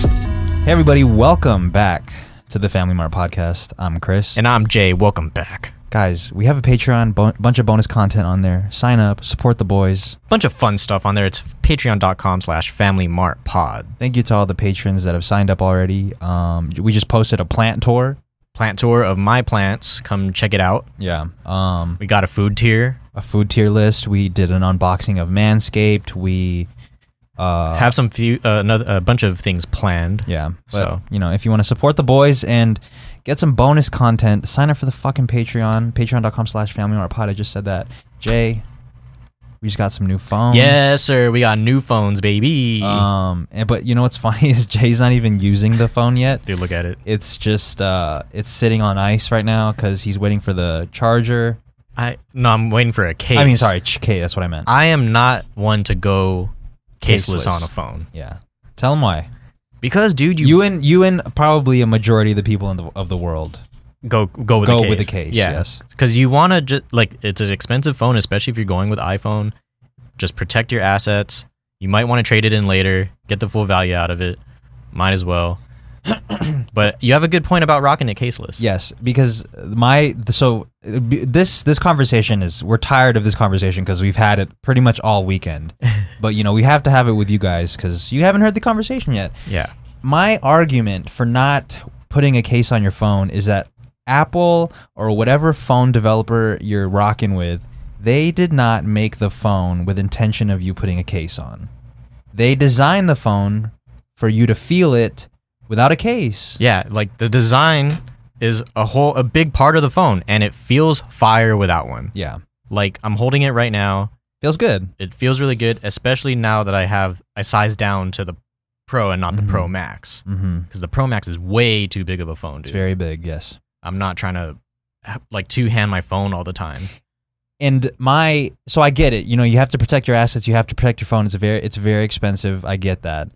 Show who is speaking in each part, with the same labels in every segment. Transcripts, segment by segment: Speaker 1: Hey, everybody, welcome back to the Family Mart podcast. I'm Chris.
Speaker 2: And I'm Jay. Welcome back.
Speaker 1: guys, we have a Patreon, bo- bunch of bonus content on there. Sign up, support the boys.
Speaker 2: Bunch of fun stuff on there. It's patreon.com slash family mart pod.
Speaker 1: Thank you to all the patrons that have signed up already. Um, we just posted a plant tour.
Speaker 2: Plant tour of my plants. Come check it out.
Speaker 1: Yeah. Um,
Speaker 2: We got a food tier.
Speaker 1: a food tier list. We did an unboxing of Manscaped. We uh,
Speaker 2: Have some few uh, another a bunch of things planned.
Speaker 1: Yeah. But,
Speaker 2: So.
Speaker 1: you know, if you want to support the boys and get some bonus content, sign up for the fucking Patreon. Patreon.com slash family Mart pod. I just said that. Jay, we just got some new phones.
Speaker 2: Yes, sir. We got new phones, baby.
Speaker 1: Um and, but you know what's funny is Jay's not even using the phone yet.
Speaker 2: Dude, look at it.
Speaker 1: It's just uh it's sitting on ice right now because he's waiting for the charger.
Speaker 2: I no, I'm waiting for a case.
Speaker 1: I mean sorry, ch- K, that's what I meant.
Speaker 2: I am not one to go caseless,
Speaker 1: Caseless.
Speaker 2: on a phone
Speaker 1: yeah. Tell him why.
Speaker 2: because, dude, you,
Speaker 1: You and you and probably a majority of the people in the of the world.
Speaker 2: go go with
Speaker 1: Go
Speaker 2: a case.
Speaker 1: with a case, yes.
Speaker 2: because you want to just like it's an expensive phone, especially if you're going with iPhone. Just protect your assets. You might want to trade it in later, get the full value out of it. Might as well. but you have a good point about rocking it caseless.
Speaker 1: Yes, because my so uh, b- this this conversation is we're tired of this conversation because we've had it pretty much all weekend. but you know we have to have it with you guys because you haven't heard the conversation yet.
Speaker 2: Yeah.
Speaker 1: My argument for not putting a case on your phone is that Apple or whatever phone developer you're rocking with, they did not make the phone with intention of you putting a case on. They designed the phone for you to feel it without a case.
Speaker 2: Yeah, like the design is a whole a big part of the phone and it feels fire without one.
Speaker 1: Yeah.
Speaker 2: Like I'm holding it right now.
Speaker 1: Feels good.
Speaker 2: It feels really good, especially now that I have I sized down to the Pro and not
Speaker 1: Mhm.
Speaker 2: the Pro Max
Speaker 1: Mhm.
Speaker 2: because the Pro Max is way too big of a phone, dude.
Speaker 1: It's very big, yes.
Speaker 2: I'm not trying to ha- like two hand my phone all the time.
Speaker 1: And my so I get it. You know, you have to protect your assets, you have to protect your phone. It's a very it's very expensive. I get that.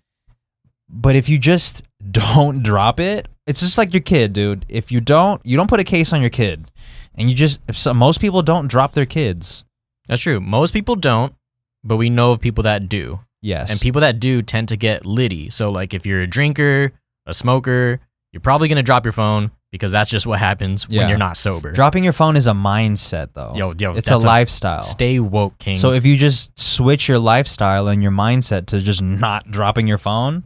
Speaker 1: But if you just don't drop it, it's just like your kid, dude. If you don't you don't put a case on your kid and you just if so, most people don't drop their kids.
Speaker 2: That's true. Most people don't, but we know of people that do.
Speaker 1: Yes.
Speaker 2: And people that do tend to get litty. So like if you're a drinker, a smoker, you're probably going to drop your phone because that's just what happens
Speaker 1: Yeah.
Speaker 2: when you're not sober.
Speaker 1: dropping your phone is a mindset though.
Speaker 2: Yo, yo,
Speaker 1: it's a
Speaker 2: that's a
Speaker 1: lifestyle.
Speaker 2: Stay woke, king.
Speaker 1: so if you just switch your lifestyle and your mindset to just not dropping your phone,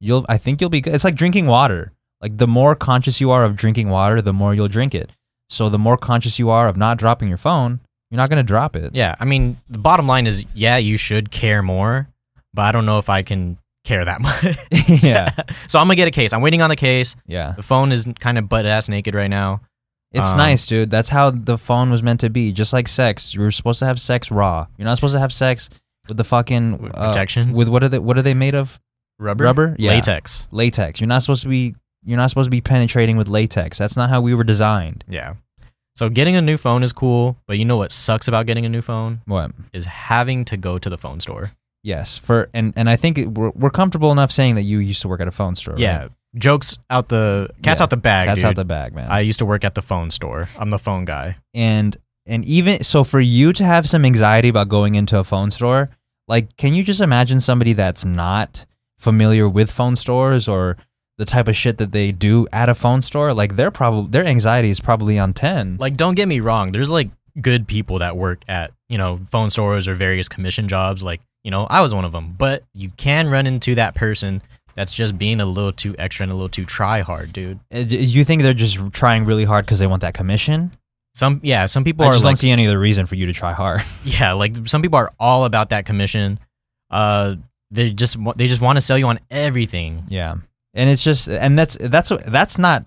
Speaker 1: you'll I think you'll be good. It's like drinking water. Like the more conscious you are of drinking water, the more you'll drink it. So the more conscious you are of not dropping your phone, you're not going to drop it.
Speaker 2: yeah, I mean, the bottom line is yeah, you should care more, but I don't know if I can care that much.
Speaker 1: yeah.
Speaker 2: so I'm going to get a case. I'm waiting on the case.
Speaker 1: Yeah.
Speaker 2: The phone is kind of butt ass naked right now.
Speaker 1: It's
Speaker 2: Um,
Speaker 1: nice, dude. That's how the phone was meant to be. Just like sex, you're supposed to have sex raw. You're not supposed to have sex with the fucking
Speaker 2: With
Speaker 1: uh,
Speaker 2: protection?
Speaker 1: with what are they what are they made of?
Speaker 2: Rubber?
Speaker 1: Rubber? Yeah.
Speaker 2: Latex.
Speaker 1: Latex. You're not supposed to be you're not supposed to be penetrating with latex. That's not how we were designed.
Speaker 2: Yeah. So getting a new phone is cool, but you know what sucks about getting a new phone
Speaker 1: What?
Speaker 2: is having to go to the phone store.
Speaker 1: Yes, for and and I think it, we're, we're comfortable enough saying that you used to work at a phone store. right?
Speaker 2: Yeah. Jokes out the cat's
Speaker 1: Yeah.
Speaker 2: out the bag.
Speaker 1: that's
Speaker 2: dude.
Speaker 1: out the bag, man.
Speaker 2: I used to work at the phone store. I'm the phone guy.
Speaker 1: and and even so, for you to have some anxiety about going into a phone store, like, can you just imagine somebody that's not familiar with phone stores or the type of shit that they do at a phone store? Like, their probably their anxiety is probably on ten.
Speaker 2: Like don't get me wrong, there's like good people that work at, you know, phone stores or various commission jobs like, you know, I was one of them, but you can run into that person that's just being a little too extra and a little too try hard, dude.
Speaker 1: Uh, Do you think they're just trying really hard because they want that commission?
Speaker 2: Some yeah, some people
Speaker 1: I
Speaker 2: are
Speaker 1: just
Speaker 2: like
Speaker 1: don't see any other reason for you to try hard.
Speaker 2: Yeah, like some people are all about that commission. Uh, they just wa- they just want to sell you on everything.
Speaker 1: Yeah, and it's just and that's that's that's not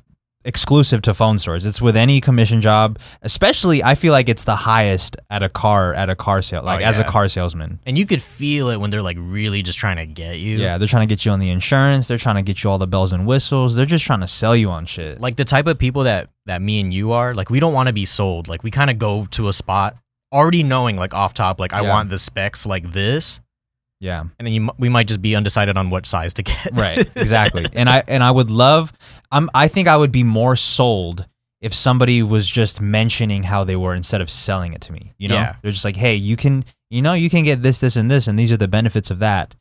Speaker 1: exclusive to phone stores. It's with any commission job. Especially, I feel like it's the highest at a car at a car sale, like as a
Speaker 2: Oh, yeah.
Speaker 1: car salesman.
Speaker 2: And you could feel it when they're like really just trying to get you.
Speaker 1: Yeah, they're trying to get you on the insurance. They're trying to get you all the bells and whistles. They're just trying to sell you on shit.
Speaker 2: Like the type of people that that me and you are, like we don't want to be sold. Like we kind of go to a spot already knowing like off top like I
Speaker 1: Yeah.
Speaker 2: want the specs like this
Speaker 1: yeah,
Speaker 2: and then you, m- we might just be undecided on what size to get.
Speaker 1: right, exactly. and I and I would love. I'm. I think I would be more sold if somebody was just mentioning how they were instead of selling it to me. You know,
Speaker 2: Yeah.
Speaker 1: they're just like, hey, you can, you know, you can get this, this, and this, and these are the benefits of that.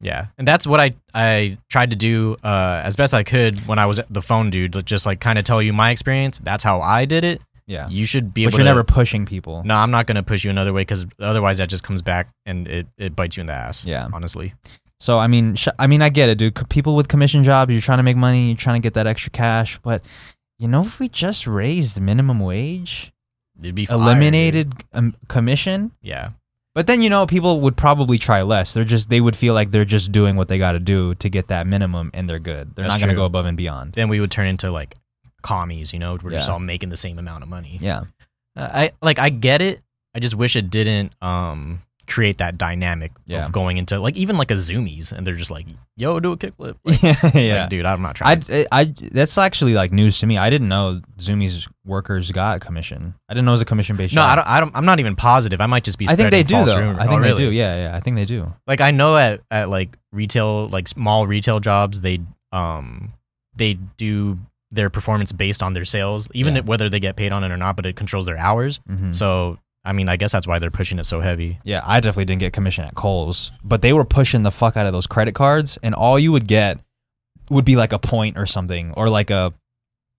Speaker 2: Yeah, and that's what I I tried to do uh, as best I could when I was the phone dude, like, just like kind of tell you my experience. That's how I did it.
Speaker 1: Yeah.
Speaker 2: You should be able.
Speaker 1: but you're
Speaker 2: to,
Speaker 1: never pushing people.
Speaker 2: No, I'm not gonna push you another way because otherwise that just comes back and it, it bites you in the ass.
Speaker 1: Yeah.
Speaker 2: honestly.
Speaker 1: So I mean, sh- I mean, I get it, dude. C- People with commission jobs, you're trying to make money, you're trying to get that extra cash. But you know, if we just raised minimum wage,
Speaker 2: It'd be fire, dude.
Speaker 1: eliminated um, commission,
Speaker 2: Yeah,
Speaker 1: but then you know, people would probably try less. They're just they would feel like they're just doing what they got to do to get that minimum, and they're good. They're
Speaker 2: That's
Speaker 1: not going to
Speaker 2: true.
Speaker 1: go above and beyond.
Speaker 2: then we would turn into like commies. You know, we're just
Speaker 1: Yeah.
Speaker 2: all making the same amount of money.
Speaker 1: Yeah,
Speaker 2: Uh, I like I get it. I just wish it didn't um create that dynamic
Speaker 1: Yeah.
Speaker 2: of going into like even like a zoomies and they're just like, yo, do a kickflip. Like,
Speaker 1: yeah,
Speaker 2: yeah,
Speaker 1: yeah.
Speaker 2: dude, I'm not
Speaker 1: I,
Speaker 2: trying. to
Speaker 1: I, I- that's actually like news to me. I didn't know Zoomies workers got commission. I didn't know it was a commission based.
Speaker 2: no, I don't, I don't. I'm not even positive. I might just be.
Speaker 1: I think they
Speaker 2: spreading
Speaker 1: do
Speaker 2: false
Speaker 1: though.
Speaker 2: rumors.
Speaker 1: I think
Speaker 2: Oh,
Speaker 1: they
Speaker 2: really?
Speaker 1: do. Yeah, yeah. I think they do.
Speaker 2: Like I know at at like retail, like small retail jobs, they um they do their performance based on their sales, even
Speaker 1: Yeah.
Speaker 2: if- whether they get paid on it or not. But it controls their hours.
Speaker 1: Mm-hmm.
Speaker 2: So I mean, I guess that's why they're pushing it so heavy.
Speaker 1: Yeah, I definitely didn't get commission at Kohl's, but they were pushing the fuck out of those credit cards, and all you would get would be like a point or something, or like a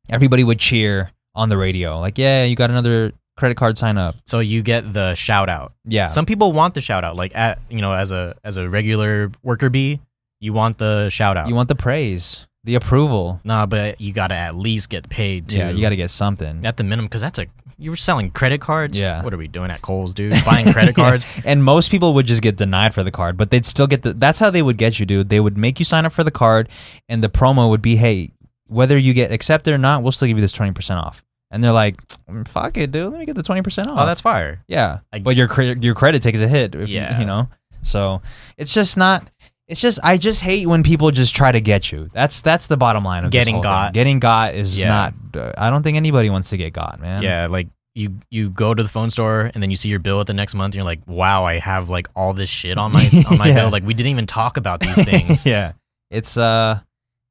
Speaker 1: everybody would cheer on the radio, like, yeah, you got another credit card sign up.
Speaker 2: So you get the shout out.
Speaker 1: Yeah,
Speaker 2: Some people want the shout out, like at you know, as a as a regular worker bee, you want the shout out.
Speaker 1: you want the praise, the approval.
Speaker 2: nah, but you gotta at least get paid too.
Speaker 1: Yeah, you got to get something.
Speaker 2: at the minimum because that's a you were selling credit cards.
Speaker 1: Yeah. Oh,
Speaker 2: what are we doing at Kohl's, dude? Buying credit cards.
Speaker 1: And most people would just get denied for the card, but they'd still get the. That's how they would get you, dude. They would make you sign up for the card, and the promo would be, hey, whether you get accepted or not, we'll still give you this twenty percent off. And they're like, "Mm, fuck it, dude. Let me get the twenty percent off.
Speaker 2: Oh, that's fire.
Speaker 1: Yeah,
Speaker 2: I-
Speaker 1: but your cre- your credit takes a hit. If,
Speaker 2: Yeah.
Speaker 1: you know. So it's just not. It's just I just hate when people just try to get you. That's that's the bottom line of this
Speaker 2: Getting
Speaker 1: whole thing.
Speaker 2: got.
Speaker 1: Getting got is
Speaker 2: Yeah.
Speaker 1: not. uh, I don't think anybody wants to get got, man.
Speaker 2: Yeah, like you you go to the phone store and then you see your bill at the next month. and You're like, wow, I have like all this shit on my on my
Speaker 1: Yeah.
Speaker 2: bill. Like we didn't even talk about these things.
Speaker 1: yeah. It's uh,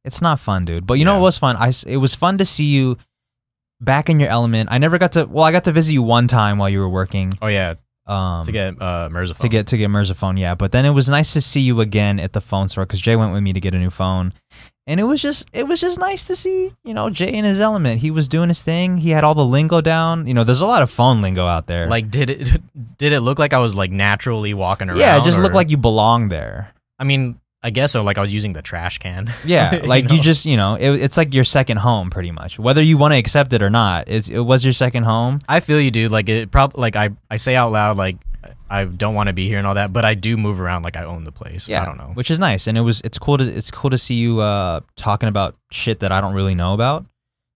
Speaker 1: it's not fun, dude. But you know
Speaker 2: Yeah.
Speaker 1: what was fun? I s- it was fun to see you back in your element. I never got to. Well, I got to visit you one time while you were working.
Speaker 2: Oh yeah,
Speaker 1: Um,
Speaker 2: to get uh, Mirza
Speaker 1: to get to get Mirzaphone, yeah. But then it was nice to see you again at the phone store because Jay went with me to get a new phone, and it was just it was just nice to see you know Jay in his element. He was doing his thing. He had all the lingo down. You know, there's a lot of phone lingo out there.
Speaker 2: Like did it did it look like I was like naturally walking around?
Speaker 1: yeah, it just looked
Speaker 2: or-
Speaker 1: like you belong there.
Speaker 2: I mean, I guess so. Like I was using the trash can.
Speaker 1: Yeah,
Speaker 2: You
Speaker 1: like you,
Speaker 2: know?
Speaker 1: just you know it, it's like your second home pretty much. Whether you want to accept it or not, it's, it was your second home.
Speaker 2: I feel you, dude. Like it probably like I I say out loud like I don't want to be here and all that, but I do move around like I own the place. I don't know.
Speaker 1: which is nice, and it was it's cool to it's cool to see you uh talking about shit that I don't really know about.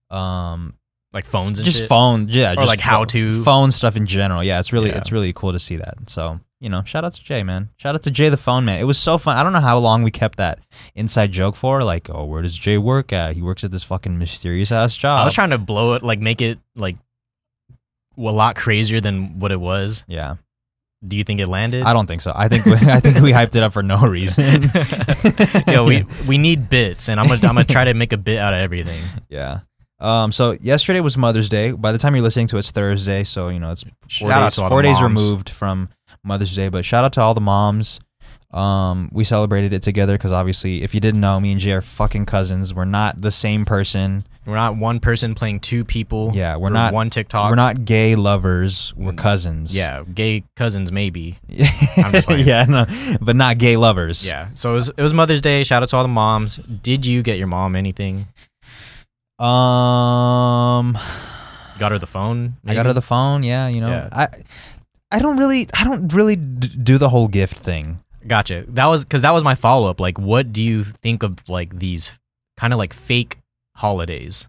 Speaker 1: Um,
Speaker 2: Like phones and
Speaker 1: just
Speaker 2: shit.
Speaker 1: phone yeah
Speaker 2: Or
Speaker 1: just
Speaker 2: like
Speaker 1: pho-
Speaker 2: how-to.
Speaker 1: phone stuff in general yeah it's really
Speaker 2: Yeah.
Speaker 1: it's really cool to see that so you know shout out to jay man shout out to jay the phone man it was so fun i don't know how long we kept that inside joke for like oh where does jay work at he works at this fucking mysterious ass job
Speaker 2: I was trying to blow it like make it like a lot crazier than what it was.
Speaker 1: yeah
Speaker 2: Do you think it landed?
Speaker 1: i don't think so i think we, i think we hyped it up for no reason
Speaker 2: Yo, we we need bits, and I'm gonna I'm gonna try to make a bit out of everything.
Speaker 1: yeah um so yesterday was mother's day by the time you're listening to it, it's thursday so you know it's four
Speaker 2: Shout out
Speaker 1: days,
Speaker 2: to all the
Speaker 1: four days
Speaker 2: moms.
Speaker 1: removed from Mother's Day. But shout out to all the moms. Um, we celebrated it together because obviously, if you didn't know, me and Jay are fucking cousins. We're not the same person.
Speaker 2: We're not one person playing two people.
Speaker 1: Yeah, we're
Speaker 2: for
Speaker 1: not-
Speaker 2: one TikTok.
Speaker 1: We're not gay lovers. We're cousins.
Speaker 2: Mm, Yeah, gay cousins maybe. I'm just playing.
Speaker 1: yeah, no, but not gay lovers.
Speaker 2: Yeah. So it was it was Mother's Day. Shout out to all the moms. Did you get your mom anything?
Speaker 1: Um,
Speaker 2: You got her the phone.
Speaker 1: I got her the phone. Yeah, you know,
Speaker 2: Yeah.
Speaker 1: I, I don't really, I don't really d- do the whole gift thing.
Speaker 2: maybe? Gotcha. That was because that was my follow up. Like, what do you think of like these kind of like fake holidays?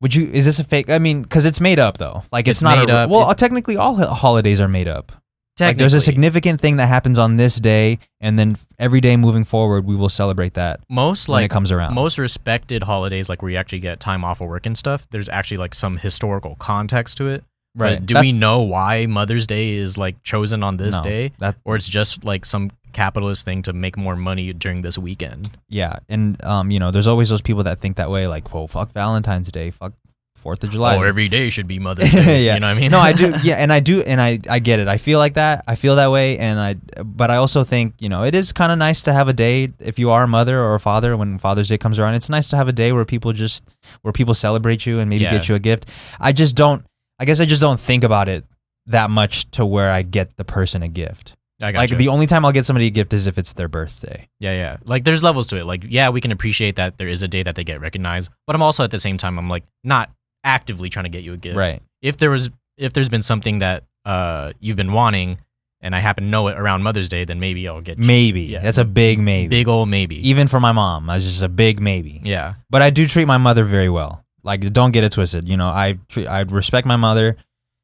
Speaker 1: Would you? Is this a fake? I mean, because it's made up though. Like it's,
Speaker 2: It's
Speaker 1: not a
Speaker 2: made
Speaker 1: re-
Speaker 2: up.
Speaker 1: Well, uh, technically, all ho- holidays are made up. Like
Speaker 2: Technically,
Speaker 1: there's a significant thing that happens on this day, and then every day moving forward, we will celebrate that
Speaker 2: most
Speaker 1: when it
Speaker 2: like
Speaker 1: comes around.
Speaker 2: most respected holidays, like where you actually get time off of work and stuff. There's actually like some historical context to it. But do
Speaker 1: That's-
Speaker 2: we know why Mother's Day is like chosen on this
Speaker 1: no,
Speaker 2: day,
Speaker 1: That
Speaker 2: or it's just like some capitalist thing to make more money during this weekend?
Speaker 1: yeah, and um, you know, there's always those people that think that way, like, well, fuck Valentine's Day, fuck Fourth of July.
Speaker 2: Or Oh, every day should be Mother's Day.
Speaker 1: yeah.
Speaker 2: You know what I mean?
Speaker 1: no, I do. Yeah, and I do, and I I get it. I feel like that. I feel that way, and I. But I also think you know it is kind of nice to have a day if you are a mother or a father when Father's Day comes around. It's nice to have a day where people just where people celebrate you and maybe
Speaker 2: Yeah.
Speaker 1: get you a gift. I just don't. I guess I just don't think about it that much to where I get the person a gift.
Speaker 2: I got
Speaker 1: Like the only time I'll get somebody a gift is if it's their birthday.
Speaker 2: Yeah, yeah. Like there's levels to it. Like yeah, we can appreciate that there is a day that they get recognized, but I'm also at the same time I'm like not actively trying to get you a gift.
Speaker 1: Right.
Speaker 2: If there was if there's been something that uh you've been wanting and I happen to know it around Mother's Day, then maybe I'll get you.
Speaker 1: Maybe.
Speaker 2: Yeah.
Speaker 1: That's a big maybe.
Speaker 2: big old maybe.
Speaker 1: Even for my mom, that's just a big maybe.
Speaker 2: yeah.
Speaker 1: but I do treat my mother very well. Like, don't get it twisted. You know, I treat, I respect my mother.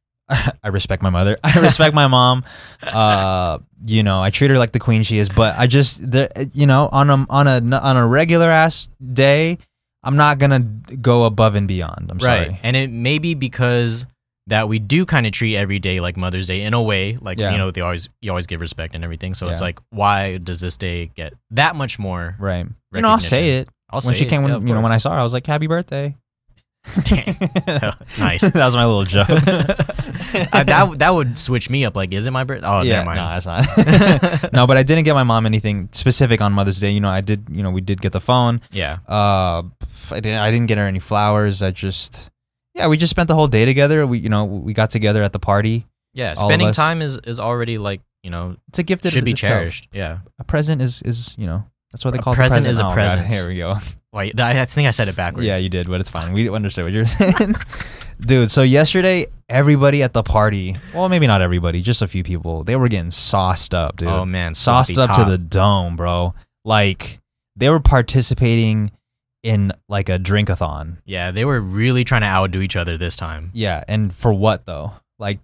Speaker 1: I respect my mother. I respect my mom. Uh, you know, I treat her like the queen she is. But I just, the, you know, on a on a on a regular ass day, I'm not gonna go above and beyond. I'm
Speaker 2: right.
Speaker 1: sorry.
Speaker 2: And it may be because that we do kind of treat every day like Mother's Day in a way, like
Speaker 1: Yeah.
Speaker 2: you know, they always you always give respect and everything. So it's
Speaker 1: Yeah.
Speaker 2: like, why does this day get that much more?
Speaker 1: Right. You know, I'll say it
Speaker 2: I'll
Speaker 1: when
Speaker 2: say
Speaker 1: she
Speaker 2: it.
Speaker 1: came. When,
Speaker 2: Yeah, of
Speaker 1: you know, when
Speaker 2: course.
Speaker 1: I saw her, I was like, "Happy birthday."
Speaker 2: Nice.
Speaker 1: that was my little joke.
Speaker 2: I, that that would switch me up. Like, is it my birthday? Oh,
Speaker 1: yeah,
Speaker 2: never mind.
Speaker 1: no, that's not. no, but I didn't get my mom anything specific on Mother's Day. You know, I did. You know, we did get the phone.
Speaker 2: Yeah,
Speaker 1: Uh, pff, I didn't. I didn't get her any flowers. I just, yeah, we just spent the whole day together. We, you know, we got together at the party.
Speaker 2: yeah.
Speaker 1: All of
Speaker 2: Spending
Speaker 1: us.
Speaker 2: time is is already like you know
Speaker 1: It's a gift that
Speaker 2: should be
Speaker 1: itself.
Speaker 2: cherished. Yeah.
Speaker 1: A present is is you know that's what they
Speaker 2: A
Speaker 1: call it,
Speaker 2: present
Speaker 1: the
Speaker 2: is a
Speaker 1: Oh, God,
Speaker 2: present.
Speaker 1: Here we go.
Speaker 2: Wait, I, I think I said it backwards.
Speaker 1: Yeah, you did, but it's fine. We understood what you're saying, dude. So yesterday, everybody at the party, well, maybe not everybody, just a few people, they were getting sauced up, dude.
Speaker 2: oh man,
Speaker 1: sauced up to the dome, bro. Like they were participating in like a drinkathon.
Speaker 2: Yeah, they were really trying to outdo each other this time
Speaker 1: Yeah, and for what though? Like,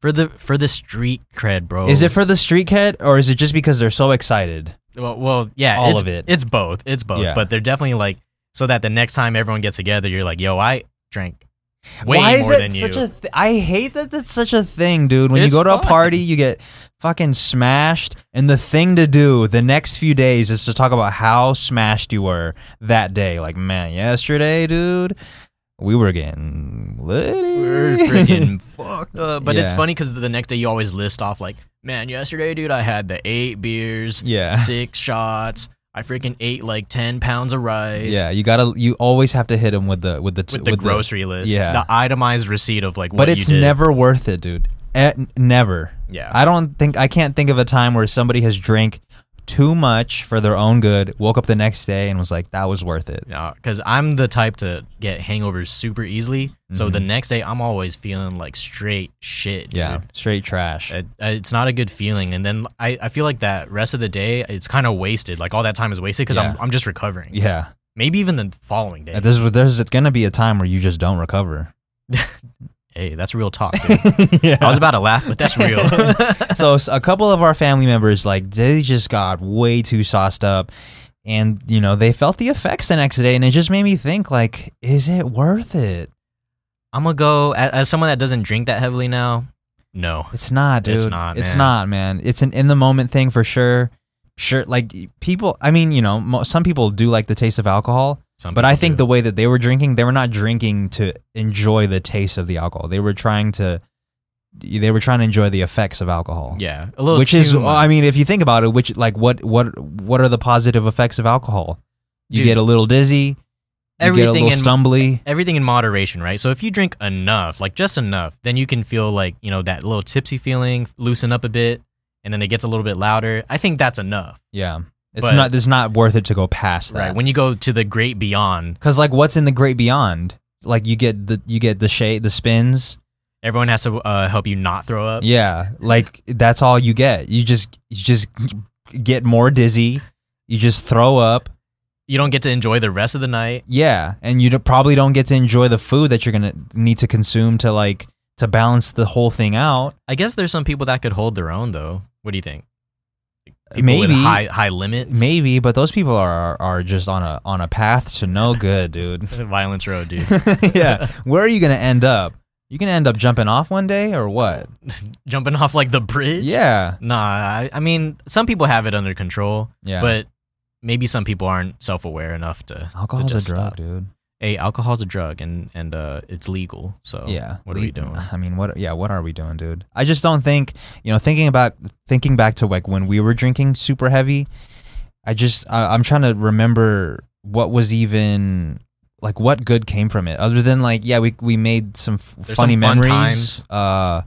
Speaker 2: for the for the street cred, bro.
Speaker 1: is it for the street kid or is it just because they're so excited?
Speaker 2: well, well, yeah,
Speaker 1: all
Speaker 2: it's,
Speaker 1: of it?
Speaker 2: It's both. It's both.
Speaker 1: Yeah.
Speaker 2: But they're definitely like so that the next time everyone gets together, you're like, yo, I drank way
Speaker 1: Why
Speaker 2: more
Speaker 1: is it
Speaker 2: than
Speaker 1: such
Speaker 2: you.
Speaker 1: a? Th- I hate that that's such a thing, dude. When
Speaker 2: It's
Speaker 1: you go to
Speaker 2: fun.
Speaker 1: a party, you get fucking smashed, and the thing to do the next few days is to talk about how smashed you were that day. Like, man, yesterday, dude, we were getting lit.
Speaker 2: We're freaking fucked up. But it's
Speaker 1: Yeah.
Speaker 2: funny because the next day you always list off like, man, yesterday, dude, I had the eight beers,
Speaker 1: yeah.
Speaker 2: six shots. I freaking ate like ten pounds of rice.
Speaker 1: Yeah, you gotta. You always have to hit him with the with the
Speaker 2: With the grocery list,
Speaker 1: yeah.
Speaker 2: the itemized receipt of like what
Speaker 1: but
Speaker 2: you
Speaker 1: it's
Speaker 2: did.
Speaker 1: never worth it, dude. Eh, n- never.
Speaker 2: Yeah.
Speaker 1: I don't think I can't think of a time where somebody has drank too much for their own good, woke up the next day and was like, "That was worth it."
Speaker 2: because I'm the type to get hangovers super easily. So the next day, I'm always feeling like straight shit.
Speaker 1: Mm-hmm. Yeah, straight trash.
Speaker 2: dude. It- it's not a good feeling. And then I, I feel like that rest of the day, it's kind of wasted. Like all that time is wasted because I'm,
Speaker 1: Yeah.
Speaker 2: I'm just recovering.
Speaker 1: yeah,
Speaker 2: Maybe even the following day.
Speaker 1: there's there's gonna be a time where you just don't recover.
Speaker 2: hey, that's real talk. dude.
Speaker 1: yeah.
Speaker 2: I was about to laugh, but that's real.
Speaker 1: so s- a couple of our family members like they just got way too sauced up and you know they felt the effects the next day and it just made me think like is it worth it
Speaker 2: I'm gonna go as, as someone that doesn't drink that heavily now. No.
Speaker 1: It's not, dude.
Speaker 2: It's not,
Speaker 1: It's
Speaker 2: man.
Speaker 1: not, man. It's an in the moment thing for sure. Sure, like people. I mean, you know, mo- some people do like the taste of alcohol,
Speaker 2: Some
Speaker 1: but
Speaker 2: people
Speaker 1: I think
Speaker 2: do.
Speaker 1: the way that they were drinking, they were not drinking to enjoy the taste of the alcohol. They were trying to, they were trying to enjoy the effects of alcohol.
Speaker 2: yeah, a little
Speaker 1: which is,
Speaker 2: too
Speaker 1: well,
Speaker 2: much.
Speaker 1: I mean, if you think about it, which like what what what are the positive effects of alcohol? You
Speaker 2: Dude.
Speaker 1: get a little dizzy. You get a
Speaker 2: Everything
Speaker 1: little
Speaker 2: in-
Speaker 1: stumbly.
Speaker 2: everything in moderation, right? So if you drink enough, like just enough, then you can feel like, you know, that little tipsy feeling, loosen up a bit, and then it gets a little bit louder. I think that's enough,
Speaker 1: Yeah, it's
Speaker 2: But-
Speaker 1: not. It's not worth it to go past that.
Speaker 2: right? When you go to the great beyond,
Speaker 1: Cause like, what's in the great beyond? Like you get the you get the shade, the spins.
Speaker 2: everyone has to uh, help you not throw up.
Speaker 1: Yeah, like that's all you get. You just you just get more dizzy. You just throw up.
Speaker 2: You don't get to enjoy the rest of the night.
Speaker 1: Yeah, and you d- probably don't get to enjoy the food that you're gonna need to consume to like to balance the whole thing out.
Speaker 2: I guess there's some people that could hold their own, though. What do you think? People with
Speaker 1: maybe,
Speaker 2: high high limits.
Speaker 1: maybe, but those people are are just on a on a path to no good, dude.
Speaker 2: Violence Road, dude.
Speaker 1: yeah, where are you gonna end up? You gonna end up jumping off one day or what?
Speaker 2: Jumping off like the bridge.
Speaker 1: Yeah,
Speaker 2: Nah, I, I mean, some people have it under control,
Speaker 1: yeah.
Speaker 2: but maybe some people aren't self aware enough to. to
Speaker 1: alcohol's a
Speaker 2: just
Speaker 1: drug,
Speaker 2: stop.
Speaker 1: dude.
Speaker 2: hey, alcohol's a drug and and uh, it's legal. So
Speaker 1: yeah
Speaker 2: what are
Speaker 1: Le-
Speaker 2: we doing?
Speaker 1: i mean what yeah what are we doing dude i just don't think you know thinking about thinking back to like when we were drinking super heavy i just I, i'm trying to remember what was even like what good came from it other than like yeah we we made some f-
Speaker 2: There's
Speaker 1: funny
Speaker 2: some fun
Speaker 1: memories
Speaker 2: times.
Speaker 1: uh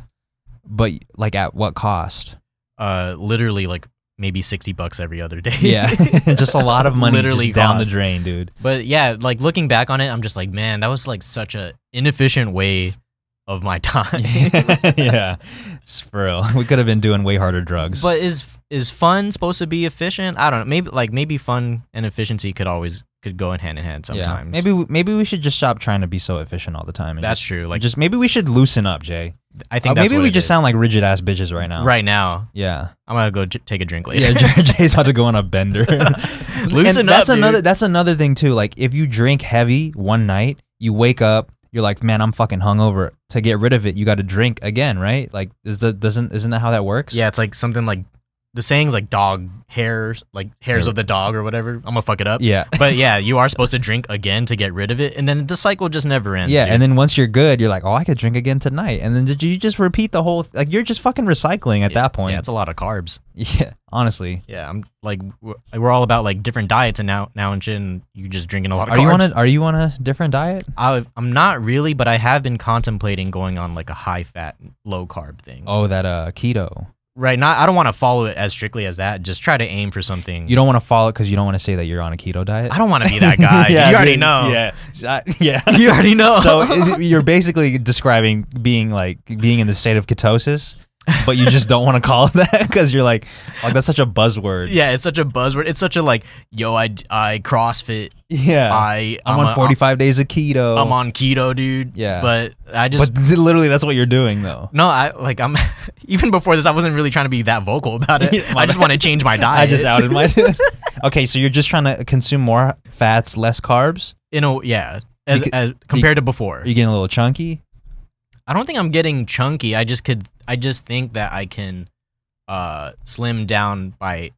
Speaker 1: but like at what cost
Speaker 2: Uh, literally like maybe sixty bucks every other day.
Speaker 1: yeah just a lot of money
Speaker 2: Literally
Speaker 1: just down the
Speaker 2: cost.
Speaker 1: drain dude
Speaker 2: But yeah, like looking back on it, I'm just like, man, that was like such a inefficient way of my time.
Speaker 1: yeah it's for real we could have been doing way harder drugs
Speaker 2: But is is fun supposed to be efficient? I don't know. Maybe like maybe fun and efficiency could always could go in hand in hand
Speaker 1: yeah
Speaker 2: sometimes.
Speaker 1: maybe we- maybe we should just stop trying to be so efficient all the time and
Speaker 2: that's
Speaker 1: just
Speaker 2: true. Like
Speaker 1: just maybe we should loosen up, Jay.
Speaker 2: I think
Speaker 1: Uh,
Speaker 2: that's
Speaker 1: maybe
Speaker 2: what
Speaker 1: we
Speaker 2: it
Speaker 1: just
Speaker 2: is.
Speaker 1: sound like rigid ass bitches right now.
Speaker 2: right now.
Speaker 1: Yeah.
Speaker 2: I'm gonna go j- take a drink later.
Speaker 1: Yeah. Jay- Jay's about to go on a bender.
Speaker 2: Loosen
Speaker 1: And
Speaker 2: up.
Speaker 1: That's
Speaker 2: dude.
Speaker 1: another. That's another thing too. Like if you drink heavy one night, you wake up, you're like, man, I'm fucking hungover. To get rid of it, you got to drink again, right? Like is the doesn't isn't that how that works?
Speaker 2: Yeah, it's like something like the sayings like dog hairs, like hairs
Speaker 1: Hair.
Speaker 2: of the dog or whatever. I'm gonna fuck it up.
Speaker 1: Yeah.
Speaker 2: But yeah, you are supposed to drink again to get rid of it, and then the cycle just never ends.
Speaker 1: Yeah,
Speaker 2: dude.
Speaker 1: and then once you're good, you're like, oh, I could drink again tonight, and then did you just repeat the whole? Like you're just fucking recycling at that
Speaker 2: yeah,
Speaker 1: point.
Speaker 2: it's a lot of carbs.
Speaker 1: yeah, honestly,
Speaker 2: Yeah, I'm like we're, we're all about like different diets, and now now and shit, and you just drinking a lot of
Speaker 1: are
Speaker 2: carbs.
Speaker 1: you on a are you on a different diet?
Speaker 2: I, I'm not really, but I have been contemplating going on like a high fat, low carb thing.
Speaker 1: Oh, that uh keto.
Speaker 2: Right? Not. I don't want to follow it as strictly as that. Just try to aim for something.
Speaker 1: You don't want to follow it because you don't want to say that you're on a keto diet.
Speaker 2: I don't want to be that guy.
Speaker 1: Yeah,
Speaker 2: you already
Speaker 1: dude.
Speaker 2: know.
Speaker 1: Yeah, So I- yeah.
Speaker 2: You already know.
Speaker 1: so is it, you're basically describing being like being in the state of ketosis, but you just don't want to call it that because you're like, oh, that's such a buzzword.
Speaker 2: Yeah, it's such a buzzword. It's such a like, yo, I, I CrossFit.
Speaker 1: Yeah.
Speaker 2: I
Speaker 1: I'm,
Speaker 2: I'm
Speaker 1: on
Speaker 2: a-
Speaker 1: 45 days of keto.
Speaker 2: I'm on keto, dude.
Speaker 1: Yeah.
Speaker 2: But I just
Speaker 1: but literally, that's what you're doing though.
Speaker 2: no, I like I'm even before this, I wasn't really trying to be that vocal about it.
Speaker 1: Yeah, my
Speaker 2: I just
Speaker 1: bad.
Speaker 2: want to change my diet.
Speaker 1: I just outed myself. okay, so you're just trying to consume more fats, less carbs.
Speaker 2: you know, yeah. As,
Speaker 1: Becau-
Speaker 2: as compared to before,
Speaker 1: Are you getting a little chunky?
Speaker 2: I don't think I'm getting chunky. I just could. I just think that I can uh slim down by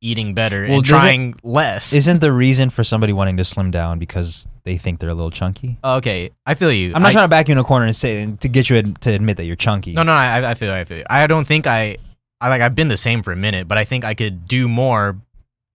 Speaker 2: eating better
Speaker 1: Well,
Speaker 2: and
Speaker 1: does it-
Speaker 2: trying less.
Speaker 1: Isn't the reason for somebody wanting to slim down because they think they're a little chunky?
Speaker 2: okay, I feel you.
Speaker 1: I'm not
Speaker 2: I-
Speaker 1: trying to back you in a corner and say to get you ad- to admit that you're chunky.
Speaker 2: No, no, I, I feel, I feel. I don't think I, I like. I've been the same for a minute, but I think I could do more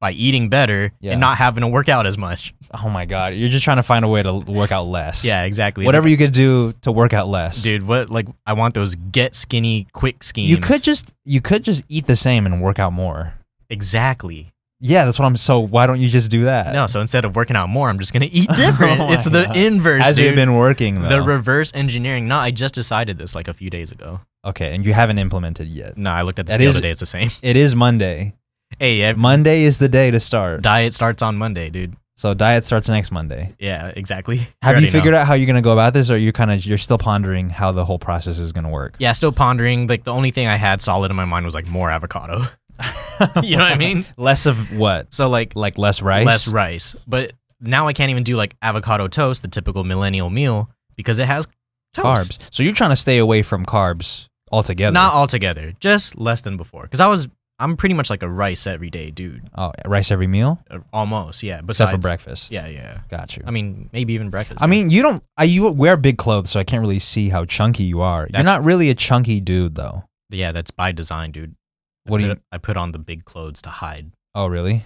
Speaker 2: by eating better
Speaker 1: Yeah.
Speaker 2: and not having to work out as much.
Speaker 1: Oh my god, you're just trying to find a way to l- work out less.
Speaker 2: Yeah, exactly.
Speaker 1: Whatever you could do to work out less,
Speaker 2: dude. What like I want those get skinny quick schemes.
Speaker 1: You could just you could just eat the same and work out more.
Speaker 2: exactly.
Speaker 1: Yeah, that's what I'm. So why don't you just do that?
Speaker 2: No, so instead of working out more, I'm just gonna eat different.
Speaker 1: Uh, Oh my
Speaker 2: it's the
Speaker 1: God.
Speaker 2: inverse.
Speaker 1: Has
Speaker 2: dude.
Speaker 1: it been working though?
Speaker 2: the reverse engineering? No, I just decided this like a few days ago.
Speaker 1: okay, and you haven't implemented yet.
Speaker 2: No, I looked at the
Speaker 1: That
Speaker 2: scale
Speaker 1: is-
Speaker 2: today. It's the same.
Speaker 1: It is Monday.
Speaker 2: Hey, ev-
Speaker 1: Monday is the day to start.
Speaker 2: diet starts on Monday, dude.
Speaker 1: so diet starts next Monday.
Speaker 2: Yeah, exactly.
Speaker 1: Have you
Speaker 2: already know.
Speaker 1: figured out how you're gonna go about this, or you kind of you're still pondering how the whole process is gonna work?
Speaker 2: Yeah, still pondering. Like the only thing I had solid in my mind was like more avocado. You know what I mean?
Speaker 1: Less of what?
Speaker 2: So like
Speaker 1: Like less rice.
Speaker 2: less rice. But now I can't even do like avocado toast, the typical millennial meal, because it has toast.
Speaker 1: carbs. So you're trying to stay away from carbs altogether.
Speaker 2: Not altogether, just less than before. Because I was, I'm pretty much like a rice every day dude,
Speaker 1: oh, rice every meal
Speaker 2: Uh, almost. Yeah, besides
Speaker 1: except for breakfast.
Speaker 2: Yeah, yeah.
Speaker 1: got you.
Speaker 2: I mean, maybe even breakfast.
Speaker 1: I mean, you don't. I you wear big clothes, so I can't really see how chunky you are. you're
Speaker 2: That's-
Speaker 1: not really a chunky dude, though.
Speaker 2: But yeah, that's by design, dude. I
Speaker 1: What do
Speaker 2: put-
Speaker 1: you-
Speaker 2: I put on the big clothes to hide.
Speaker 1: Oh, really?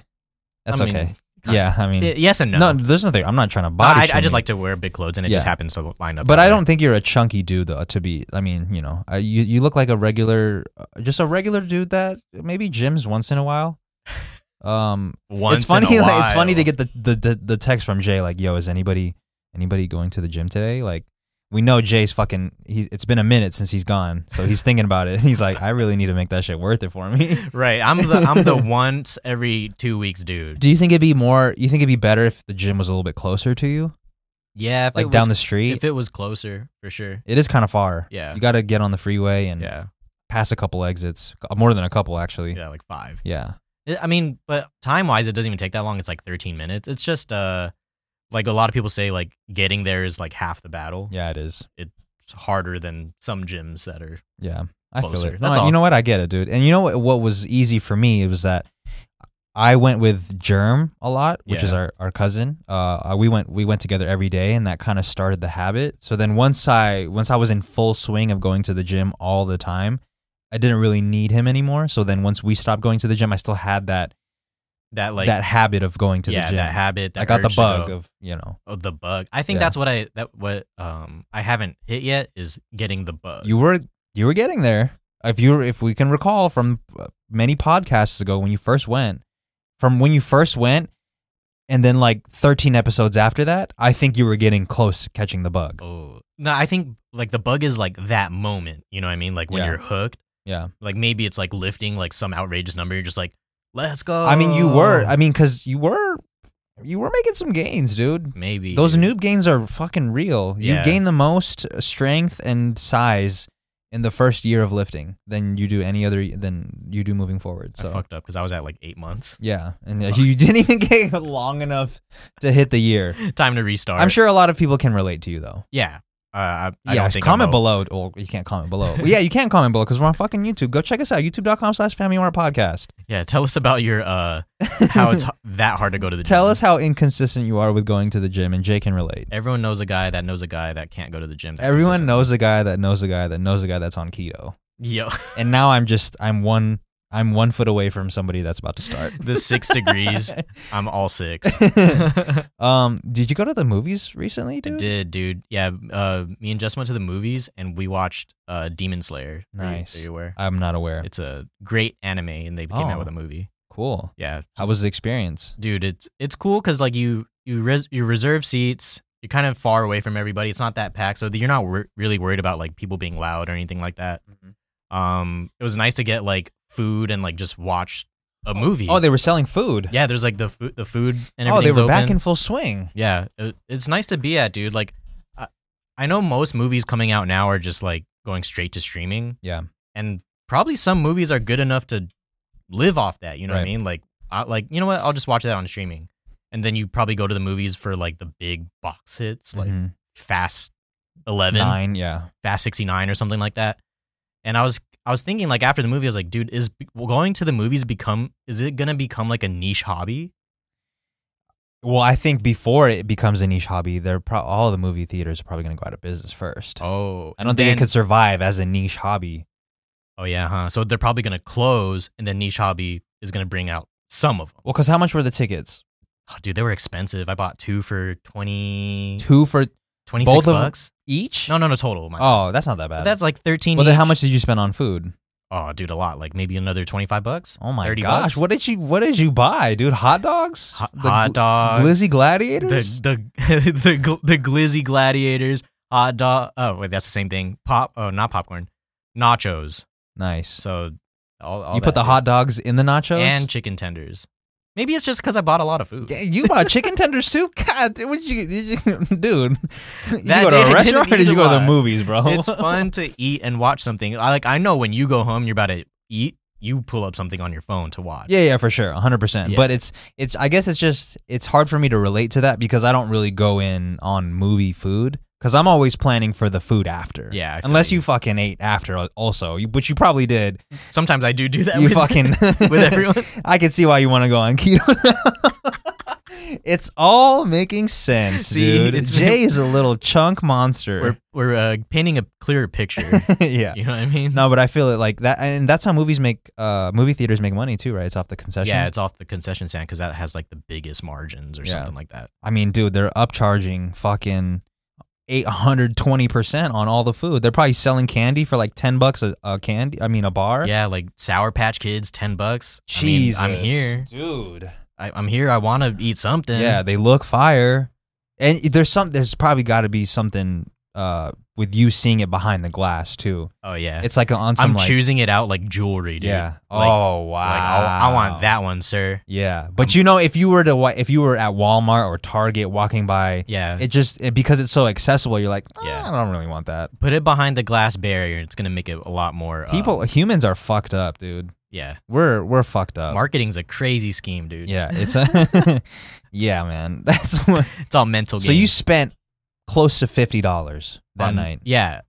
Speaker 1: That's
Speaker 2: I mean,
Speaker 1: okay.
Speaker 2: kind-
Speaker 1: Yeah, I mean,
Speaker 2: Y- Yes and no.
Speaker 1: no. there's nothing. I'm not trying to
Speaker 2: No,
Speaker 1: body.
Speaker 2: I, I
Speaker 1: shame you.
Speaker 2: just like to wear big clothes, and it just
Speaker 1: Yeah.
Speaker 2: happens to line up.
Speaker 1: But
Speaker 2: that
Speaker 1: I
Speaker 2: way.
Speaker 1: don't think you're a chunky dude though. To be, I mean, you know, I, you you look like a regular, uh, just a regular dude that maybe gyms once in a while. Um,
Speaker 2: Once
Speaker 1: it's funny.
Speaker 2: in a
Speaker 1: Like, it's funny to
Speaker 2: while.
Speaker 1: get the, the the the text from Jay like, "Yo, is anybody anybody going to the gym today?" Like, we know Jay's fucking. He's it's been a minute since he's gone, so he's thinking about it. He's like, "I really need to make that shit worth it for me."
Speaker 2: Right. I'm the I'm the once every two weeks dude.
Speaker 1: Do you think it'd be more? You think it'd be better if the gym was a little bit closer to you,
Speaker 2: Yeah, if
Speaker 1: like
Speaker 2: it
Speaker 1: down the
Speaker 2: was,
Speaker 1: street?
Speaker 2: If it was closer, for sure.
Speaker 1: it is kind of far.
Speaker 2: Yeah.
Speaker 1: you got to get on the freeway and
Speaker 2: Yeah.
Speaker 1: pass a couple exits, c- more than a couple actually.
Speaker 2: Yeah, like five.
Speaker 1: Yeah.
Speaker 2: I- I mean, but time wise, it doesn't even take that long. It's like 13 minutes. It's just uh, like a lot of people say, like getting there is like half the battle.
Speaker 1: Yeah, it is.
Speaker 2: It's harder than some gyms that are.
Speaker 1: Yeah. I feel
Speaker 2: Closer.
Speaker 1: it.
Speaker 2: That's
Speaker 1: No,
Speaker 2: all.
Speaker 1: You know what? I get it, dude. And you know what, what was easy for me? It was that I went with Germ a lot, which is
Speaker 2: Yeah.
Speaker 1: our, our cousin. Uh, we went we went together every day, and that kind of started the habit. So then once I once I was in full swing of going to the gym all the time, I didn't really need him anymore. So then once we stopped going to the gym, I still had that
Speaker 2: that like
Speaker 1: that habit of going to
Speaker 2: yeah,
Speaker 1: the gym.
Speaker 2: that habit. That
Speaker 1: I got the
Speaker 2: urge to
Speaker 1: bug
Speaker 2: go-
Speaker 1: of you know
Speaker 2: oh, the bug. I think
Speaker 1: Yeah.
Speaker 2: that's what I that what um I haven't hit yet is getting the bug.
Speaker 1: you were you were getting there. If you if we can recall from uh, many podcasts ago when you first went, from when you first went, and then like 13 episodes after that, I think you were getting close to catching the bug.
Speaker 2: oh no, I think like the bug is like that moment. You know what I mean? Like when
Speaker 1: Yeah.
Speaker 2: you're hooked.
Speaker 1: Yeah,
Speaker 2: Like maybe it's like lifting like some outrageous number. You're just like, let's go.
Speaker 1: I mean you
Speaker 2: Oh.
Speaker 1: were. I mean because you were you were making some gains, dude.
Speaker 2: maybe
Speaker 1: Those
Speaker 2: dude.
Speaker 1: noob gains are fucking real. You
Speaker 2: Yeah.
Speaker 1: gain the most uh, strength and size in the first year of lifting than you do any other than you do moving forward.
Speaker 2: I
Speaker 1: So
Speaker 2: fucked up because I was at like eight months.
Speaker 1: Yeah, and uh, you didn't even get long enough to hit the year.
Speaker 2: Time to restart.
Speaker 1: I'm sure a lot of people can relate to you though.
Speaker 2: Yeah. Uh, I, I
Speaker 1: yeah,
Speaker 2: don't think
Speaker 1: comment
Speaker 2: I'm old.
Speaker 1: below. Well, you can't comment below. Well, yeah, you can comment below because we're on fucking YouTube. Go check us out. YouTube.com slash Family War Podcast.
Speaker 2: Yeah, tell us about your uh how it's h- that hard to go to the gym.
Speaker 1: Tell us how inconsistent you are with going to the gym, and Jay can relate.
Speaker 2: Everyone knows a guy that knows a guy that can't go to the gym. that
Speaker 1: Everyone
Speaker 2: consistent.
Speaker 1: knows a guy that knows a guy that knows a guy that's on keto,
Speaker 2: Yo,
Speaker 1: and now I'm just I'm one I'm one foot away from somebody that's about to start.
Speaker 2: the six degrees. I'm all six. I
Speaker 1: um, did you go to the movies recently, dude?
Speaker 2: did, dude. Yeah, uh, me and Jess went to the movies and we watched uh, Demon Slayer. Are you-
Speaker 1: Nice.
Speaker 2: Are you aware?
Speaker 1: I'm not aware.
Speaker 2: It's a great anime, and they came
Speaker 1: Oh.
Speaker 2: out with a movie.
Speaker 1: cool.
Speaker 2: Yeah,
Speaker 1: How was the experience?
Speaker 2: dude, it's it's cool because like you you res- you reserve seats. You're kind of far away from everybody. It's not that packed, so you're not wor- really worried about like people being loud or anything like that.
Speaker 1: Mm-hmm.
Speaker 2: Um, it was nice to get like food and like just watch a movie.
Speaker 1: Oh, they were selling food.
Speaker 2: yeah, there's like the food, the food and
Speaker 1: oh, they
Speaker 2: everything's
Speaker 1: were back
Speaker 2: open.
Speaker 1: in full swing.
Speaker 2: yeah, it- it's nice to be at, dude. Like, I, I know most movies coming out now are just like going straight to streaming.
Speaker 1: Yeah.
Speaker 2: and probably some movies are good enough to live off that. You know what I
Speaker 1: Right.
Speaker 2: mean? Like, I, like you know what? I'll just watch that on streaming, and then you probably go to the movies for like the big box hits, like
Speaker 1: Mhm.
Speaker 2: Fast Eleven,
Speaker 1: nine, yeah.
Speaker 2: Fast 69 or something like that. And I was I was thinking like after the movie I was like, dude, is going to the movies become is it going to become like a niche hobby?
Speaker 1: Well, I think before it becomes a niche hobby, they're pro- all the movie theaters are probably going to go out of business first.
Speaker 2: Oh.
Speaker 1: I don't think it could survive as a niche hobby.
Speaker 2: Oh yeah, huh. So they're probably going to close and then niche hobby is going to bring out some of them.
Speaker 1: Well, because how much were the tickets?
Speaker 2: Oh, dude, they were expensive. I bought two for 20
Speaker 1: Two for
Speaker 2: 26
Speaker 1: Both of 'em?
Speaker 2: bucks.
Speaker 1: each?
Speaker 2: No, no, no, total. My
Speaker 1: Oh, that's not that bad.
Speaker 2: But that's like 13
Speaker 1: well, then how
Speaker 2: each.
Speaker 1: much did you spend on food?
Speaker 2: Oh, dude, a lot. Like maybe another 25 bucks.
Speaker 1: Oh my
Speaker 2: 30
Speaker 1: gosh,
Speaker 2: bucks?
Speaker 1: what did you what did you buy, dude? Hot dogs?
Speaker 2: Hot,
Speaker 1: The
Speaker 2: hot
Speaker 1: gl-
Speaker 2: dogs.
Speaker 1: Glizzy gladiators?
Speaker 2: the the the gl- the glizzy gladiators hot dog oh wait that's the same thing pop oh not popcorn nachos
Speaker 1: nice.
Speaker 2: so all, all
Speaker 1: you put
Speaker 2: that
Speaker 1: the hot dogs in the nachos?
Speaker 2: dude. and chicken tenders maybe it's just because i bought a lot of food
Speaker 1: Yeah, You bought chicken tenders too? God, dude, what you, did you dude? You go
Speaker 2: That
Speaker 1: to
Speaker 2: day I
Speaker 1: a
Speaker 2: didn't
Speaker 1: restaurant or
Speaker 2: eat
Speaker 1: did
Speaker 2: a
Speaker 1: you go to the
Speaker 2: lot.
Speaker 1: movies, bro?
Speaker 2: it's fun to eat and watch something i like i know when you go home you're about to eat you pull up something on your phone to watch
Speaker 1: Yeah, yeah, for sure, hundred percent.
Speaker 2: Yeah.
Speaker 1: But it's it's I guess it's just it's hard for me to relate to that because I don't really go in on movie food because I'm always planning for the food after.
Speaker 2: Yeah, I feel
Speaker 1: unless
Speaker 2: you.
Speaker 1: you fucking ate after al- also, you, which you probably did.
Speaker 2: sometimes i do do that
Speaker 1: You
Speaker 2: with,
Speaker 1: fucking
Speaker 2: with everyone
Speaker 1: I can see why you want to go on keto. it's all making sense,
Speaker 2: See,
Speaker 1: dude.
Speaker 2: it's-
Speaker 1: Jay is a little chunk monster.
Speaker 2: we're, we're uh, painting a clearer picture
Speaker 1: yeah.
Speaker 2: you know what i mean
Speaker 1: No, but I feel it like that, and that's how movies make uh movie theaters make money too, right? It's off the concession.
Speaker 2: yeah it's off the concession stand because that has like the biggest margins or
Speaker 1: Yeah.
Speaker 2: something like that
Speaker 1: I mean, dude, they're upcharging fucking 820% on all the food. They're probably selling candy for like 10 bucks a, a candy. I mean, a bar.
Speaker 2: Yeah, like Sour Patch Kids, ten bucks. I mean,
Speaker 1: Jesus.
Speaker 2: I'm here.
Speaker 1: Dude.
Speaker 2: I, I'm here. I want to eat something.
Speaker 1: Yeah, they look fire. And there's some, there's probably got to be something uh, with you seeing it behind the glass too.
Speaker 2: Oh yeah.
Speaker 1: It's like on some
Speaker 2: I'm
Speaker 1: like,
Speaker 2: choosing it out like jewelry, dude.
Speaker 1: yeah.
Speaker 2: Like-
Speaker 1: oh wow.
Speaker 2: Like, I'll, I want that one, sir.
Speaker 1: Yeah, but
Speaker 2: Um,
Speaker 1: you know, if you were to, wa- if you were at Walmart or Target walking by,
Speaker 2: Yeah.
Speaker 1: it just it, because it's so accessible, you're like, yeah,
Speaker 2: Yeah.
Speaker 1: I don't really want that.
Speaker 2: Put it behind the glass barrier. It's gonna make it a lot more. uh,
Speaker 1: People, humans are fucked up, dude.
Speaker 2: yeah.
Speaker 1: We're we're fucked up.
Speaker 2: Marketing's a crazy scheme, dude.
Speaker 1: Oh. yeah, it's a yeah, man. That's what.
Speaker 2: It's all mental.
Speaker 1: So you
Speaker 2: games.
Speaker 1: spent close to fifty dollars that
Speaker 2: On-
Speaker 1: night,
Speaker 2: Yeah.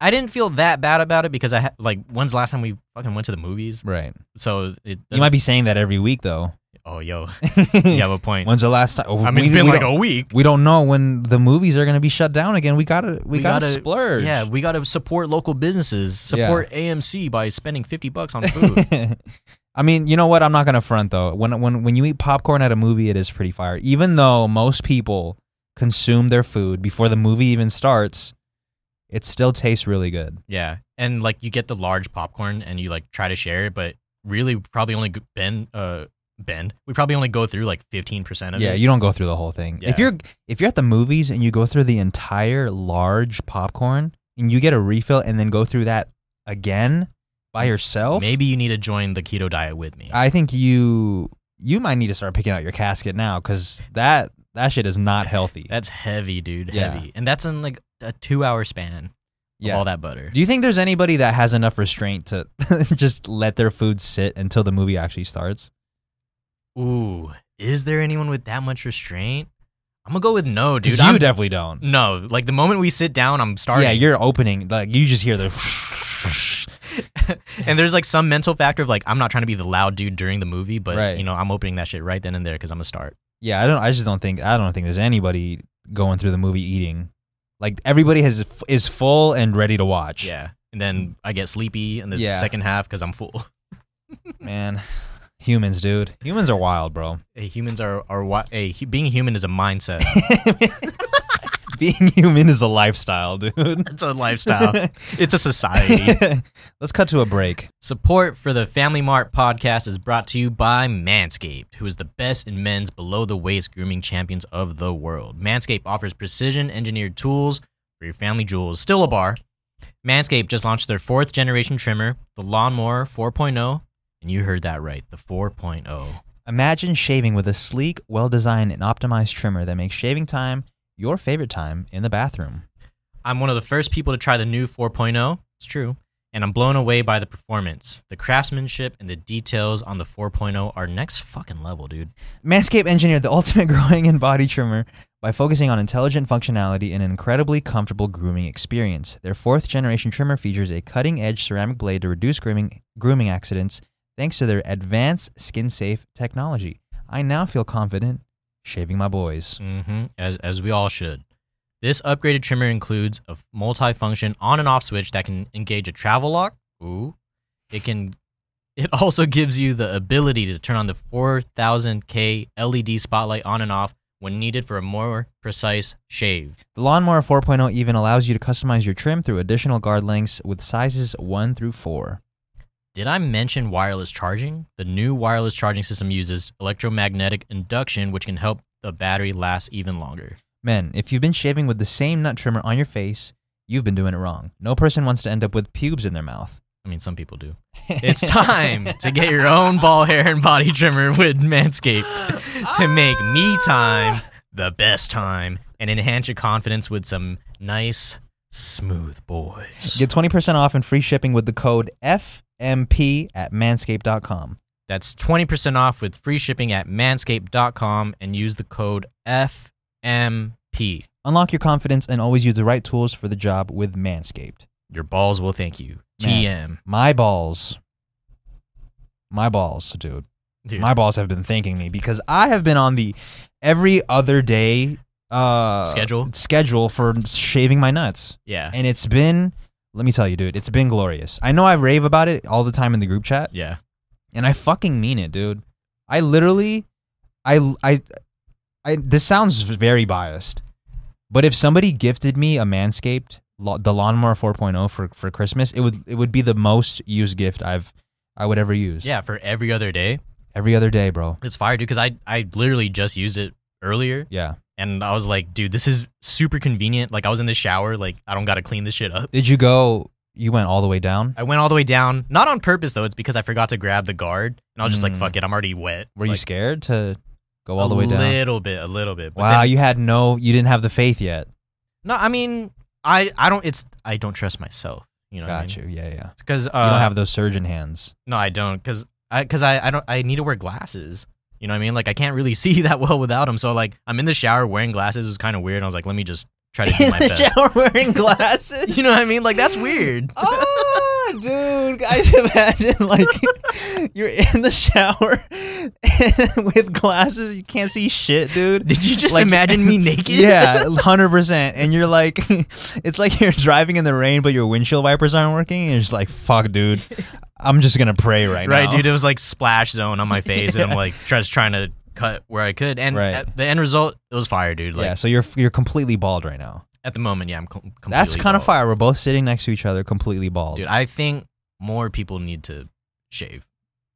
Speaker 2: I didn't feel that bad about it because I ha- like when's the last time we fucking went to the movies?
Speaker 1: right?
Speaker 2: So it
Speaker 1: You might be saying that every week though.
Speaker 2: oh, yo, you
Speaker 1: yeah.
Speaker 2: have a point.
Speaker 1: When's the last time?
Speaker 2: I mean, it's been like a week.
Speaker 1: We don't know when the movies are going to be shut down again. We gotta, we,
Speaker 2: We
Speaker 1: gotta,
Speaker 2: gotta-
Speaker 1: splurge.
Speaker 2: Yeah, we got to support local businesses.
Speaker 1: Yeah.
Speaker 2: Support AMC by spending 50 bucks on food.
Speaker 1: I mean, you know what? I'm not gonna front though. When when when you eat popcorn at a movie, it is pretty fire. Even though most people consume their food before the movie even starts, it still tastes really good.
Speaker 2: yeah. And like you get the large popcorn and you like try to share it, but really we probably only g- bend uh bend. We probably only go through like 15% of
Speaker 1: Yeah,
Speaker 2: it.
Speaker 1: you don't go through the whole thing. If
Speaker 2: Yeah.
Speaker 1: you're if you're at the movies and you go through the entire large popcorn and you get a refill and then go through that again by yourself,
Speaker 2: Maybe you need to join the keto diet with me.
Speaker 1: Oh. I think you you might need to start picking out your casket now because that that shit is not healthy.
Speaker 2: that's heavy, dude.
Speaker 1: Yeah.
Speaker 2: Heavy. And that's in like a 2-hour span of
Speaker 1: yeah.
Speaker 2: all that butter.
Speaker 1: Do you think there's anybody that has enough restraint to just let their food sit until the movie actually starts?
Speaker 2: Ooh, is there anyone with that much restraint? I'm going to go with no,
Speaker 1: 'Cause
Speaker 2: dude.
Speaker 1: you
Speaker 2: I'm-
Speaker 1: definitely don't.
Speaker 2: no, like the moment we sit down, I'm starting.
Speaker 1: Yeah, you're opening like you just hear the.
Speaker 2: and there's like some mental factor of like I'm not trying to be the loud dude during the movie, but
Speaker 1: Right.
Speaker 2: you know I'm opening that shit right then and there because I'm a start.
Speaker 1: yeah, I don't. I just don't think. I don't think there's anybody going through the movie eating. Like everybody has is full and ready to watch.
Speaker 2: Yeah, and then I get sleepy in the
Speaker 1: Yeah.
Speaker 2: second half because I'm full.
Speaker 1: man, humans, dude, humans are wild, bro.
Speaker 2: Hey, humans are are what? Hey, hu- being human is a mindset.
Speaker 1: Being human is a lifestyle, dude.
Speaker 2: it's a lifestyle. it's a society.
Speaker 1: Let's cut to a break.
Speaker 2: Support for the Family Mart podcast is brought to you by Manscaped, who is the best in men's below the waist grooming champions of the world. Manscaped offers precision engineered tools for your family jewels. Still a bar. Manscaped just launched their fourth generation trimmer, the Lawnmower 4.0. And you heard that right, the 4.0.
Speaker 1: Imagine shaving with a sleek, well designed, and optimized trimmer that makes shaving time your favorite time in the bathroom.
Speaker 2: I'm one of the first people to try the new 4.0. It's true. And I'm blown away by the performance. The craftsmanship and the details on the 4.0 are next fucking level, dude.
Speaker 1: Manscaped engineered the ultimate growing and body trimmer by focusing on intelligent functionality and an incredibly comfortable grooming experience. Their fourth generation trimmer features a cutting edge ceramic blade to reduce grooming, grooming accidents thanks to their advanced skin safe technology. I now feel confident shaving my boys.
Speaker 2: hmm as, as we all should. This upgraded trimmer includes a multi-function on and off switch that can engage a travel lock. Ooh. It can. It also gives you the ability to turn on the 4000K LED E spotlight on and off when needed for a more precise shave.
Speaker 1: The Lawnmower 4.0 even allows you to customize your trim through additional guard lengths with sizes 1 through 4.
Speaker 2: Did I mention wireless charging? The new wireless charging system uses electromagnetic induction, which can help the battery last even longer.
Speaker 1: Men, if you've been shaving with the same nut trimmer on your face, you've been doing it wrong. No person wants to end up with pubes in their mouth.
Speaker 2: I mean, some people do. It's time to get your own ball hair and body trimmer with Manscaped to make me time the best time and enhance your confidence with some nice, smooth boys.
Speaker 1: Get 20% off and free shipping with the code FMP at manscaped.com.
Speaker 2: That's 20% off with free shipping at manscaped.com and use the code FMP.
Speaker 1: Unlock your confidence and always use the right tools for the job with Manscaped.
Speaker 2: Your balls will thank you. TM.
Speaker 1: Man. My balls. My balls, dude.
Speaker 2: Dude.
Speaker 1: My balls have been thanking me because I have been on the every other day uh
Speaker 2: Schedule?
Speaker 1: schedule for shaving my nuts.
Speaker 2: yeah.
Speaker 1: and it's been let me tell you dude it's been glorious i know i rave about it all the time in the group chat
Speaker 2: Yeah.
Speaker 1: and i fucking mean it dude i literally i i, I this sounds very biased but if somebody gifted me a manscaped lo- the lawnmower 4.0 for for christmas it would it would be the most used gift i've i would ever use
Speaker 2: Yeah. For every other day.
Speaker 1: every other day bro
Speaker 2: It's fire, dude, because I, I literally just used it earlier.
Speaker 1: yeah
Speaker 2: and I was like, dude, this is super convenient. Like I was in the shower, like I don't gotta clean this shit up.
Speaker 1: did you go you went all the way down
Speaker 2: I went all the way down, not on purpose though. It's because I forgot to grab the guard, and I was just
Speaker 1: Mm.
Speaker 2: like, fuck it, I'm already wet.
Speaker 1: were you
Speaker 2: Like,
Speaker 1: scared to go all the way
Speaker 2: A
Speaker 1: down
Speaker 2: little bit, a little bit. But
Speaker 1: wow
Speaker 2: then-
Speaker 1: you had no you didn't have the faith yet
Speaker 2: no, I mean, I I don't. It's I don't trust myself. You know.
Speaker 1: got you yeah yeah
Speaker 2: Because uh,
Speaker 1: you don't have those surgeon hands.
Speaker 2: no, I don't. Because I because I I don't. I need to wear glasses. You know what I mean? Like I can't really see that well without them. So like I'm in the shower wearing glasses was kind of weird. I was like, let me just try to do my best.
Speaker 1: shower wearing glasses.
Speaker 2: You know what I mean? Like that's weird.
Speaker 1: on, dude. Guys, imagine like you're in the shower and with glasses, you can't see shit, dude.
Speaker 2: Did you just
Speaker 1: Like-
Speaker 2: imagine me naked?
Speaker 1: Yeah, hundred percent. And you're like, it's like you're driving in the rain, but your windshield wipers aren't working. And you're just like, fuck, dude. I'm just gonna pray right,
Speaker 2: right,
Speaker 1: now.
Speaker 2: dude. It was like splash zone on my face, and I'm like just trying to cut where I could. And
Speaker 1: Right.
Speaker 2: at the end result, it was fire, dude. Like
Speaker 1: yeah. So you're you're completely bald right now.
Speaker 2: at the moment, yeah, I'm com- completely.
Speaker 1: That's kind of
Speaker 2: bald.
Speaker 1: fire. We're both sitting next to each other, completely bald.
Speaker 2: dude. I think more people need to shave,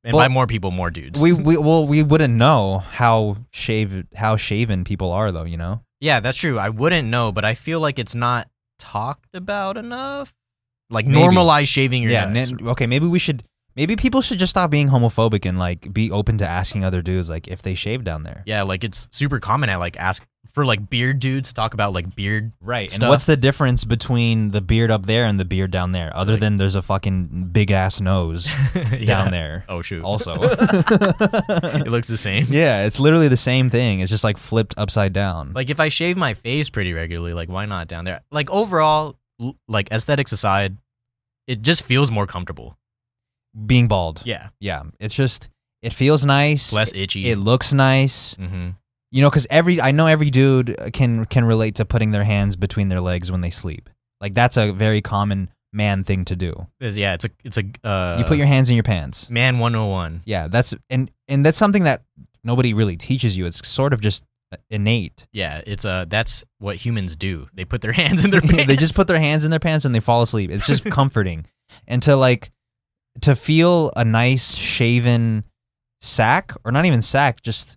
Speaker 2: and
Speaker 1: Well,
Speaker 2: by more people, more dudes.
Speaker 1: we we well we wouldn't know how shave how shaven people are though. You know.
Speaker 2: yeah, that's true. I wouldn't know, but I feel like it's not talked about enough. Like
Speaker 1: Maybe.
Speaker 2: normalize shaving your
Speaker 1: yeah.
Speaker 2: nuts.
Speaker 1: n- okay. Maybe we should. Maybe people should just stop being homophobic and like be open to asking other dudes like if they shave down there.
Speaker 2: yeah, like it's super common. I like ask for like beard dudes to talk about like beard.
Speaker 1: Right. And
Speaker 2: stuff.
Speaker 1: what's the difference between the beard up there and the beard down there, other
Speaker 2: Like-
Speaker 1: than there's a fucking big ass nose down
Speaker 2: Yeah.
Speaker 1: there?
Speaker 2: Oh shoot.
Speaker 1: Also.
Speaker 2: it looks the same.
Speaker 1: yeah, it's literally the same thing. It's just like flipped upside down.
Speaker 2: Like if I shave my face pretty regularly, like why not down there? Like overall, l- like aesthetics aside, it just feels more comfortable.
Speaker 1: being bald.
Speaker 2: Yeah,
Speaker 1: Yeah. It's just it feels nice.
Speaker 2: it's less E. itchy.
Speaker 1: it looks nice.
Speaker 2: hmm
Speaker 1: You know, because every I know every dude uh, can can relate to putting their hands between their legs when they sleep. Like that's a very common man thing to do.
Speaker 2: Yeah, it's a it's a uh,
Speaker 1: you put your hands in your pants.
Speaker 2: man one hundred one.
Speaker 1: Yeah, that's and and that's something that nobody really teaches you. It's sort of just uh, innate.
Speaker 2: Yeah, it's uh that's what humans do. They put their hands in their pants.
Speaker 1: they just put their hands in their pants and they fall asleep. It's just comforting, and to like to feel a nice shaven sack or not even sack, just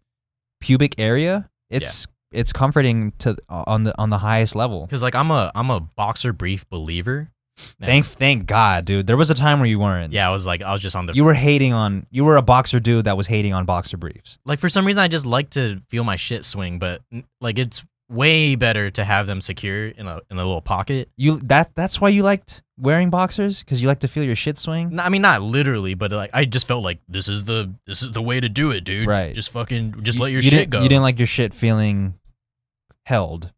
Speaker 1: pubic area. It's it's comforting to uh, on the on the highest level.
Speaker 2: because like I'm a I'm a boxer brief believer. And-
Speaker 1: Thank thank God, dude. There was a time where you weren't.
Speaker 2: Yeah, I was like I was just on the
Speaker 1: You were hating on you were a boxer dude that was hating on boxer briefs.
Speaker 2: like for some reason I just like to feel my shit swing, but n- like it's way better to have them secure in a in a little pocket
Speaker 1: You that that's why you liked wearing boxers cuz you like to feel your shit swing.
Speaker 2: N- I mean, not literally, but like I just felt like this is the this is the way to do it, dude.
Speaker 1: Right.
Speaker 2: Just fucking just
Speaker 1: You-
Speaker 2: let your
Speaker 1: you
Speaker 2: shit
Speaker 1: didn't-
Speaker 2: go.
Speaker 1: You didn't like your shit feeling held.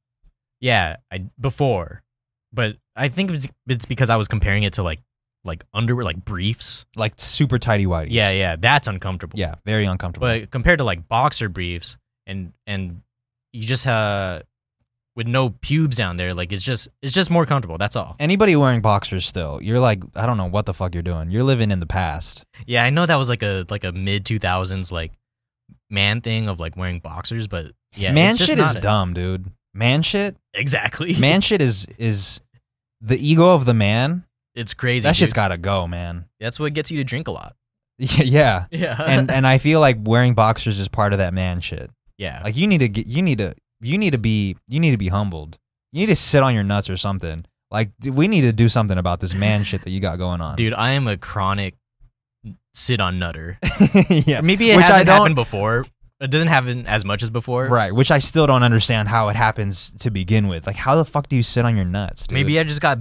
Speaker 2: yeah, I before, but I think it's it's because I was comparing it to like like underwear, like briefs.
Speaker 1: Like super tidy whities.
Speaker 2: Yeah, yeah, that's uncomfortable.
Speaker 1: Yeah, very uncomfortable.
Speaker 2: But compared to like boxer briefs and and you just uh with no pubes down there, like it's just it's just more comfortable. That's all.
Speaker 1: Anybody wearing boxers still, you're like, I don't know what the fuck you're doing. You're living in the past.
Speaker 2: Yeah, I know that was like a like a mid two thousands like man thing of like wearing boxers, but yeah,
Speaker 1: Man
Speaker 2: it's just
Speaker 1: shit
Speaker 2: not
Speaker 1: is
Speaker 2: a-
Speaker 1: dumb, dude. Man shit.
Speaker 2: Exactly.
Speaker 1: Man shit is is the ego of the man.
Speaker 2: It's crazy.
Speaker 1: That shit's
Speaker 2: dude.
Speaker 1: gotta go, man.
Speaker 2: That's what gets you to drink a lot.
Speaker 1: yeah.
Speaker 2: Yeah.
Speaker 1: and and I feel like wearing boxers is part of that man shit.
Speaker 2: yeah.
Speaker 1: Like you need to get you need to you need to be you need to be humbled. You need to sit on your nuts or something. Like d- we need to do something about this man shit that you got going on,
Speaker 2: Dude, I am a chronic sit on nutter.
Speaker 1: yeah,
Speaker 2: Maybe it
Speaker 1: Which I
Speaker 2: hasn't
Speaker 1: don't-
Speaker 2: happened before. It doesn't happen as much as before.
Speaker 1: right. Which I still don't understand how it happens to begin with. Like how the fuck do you sit on your nuts? Dude?
Speaker 2: Maybe I just got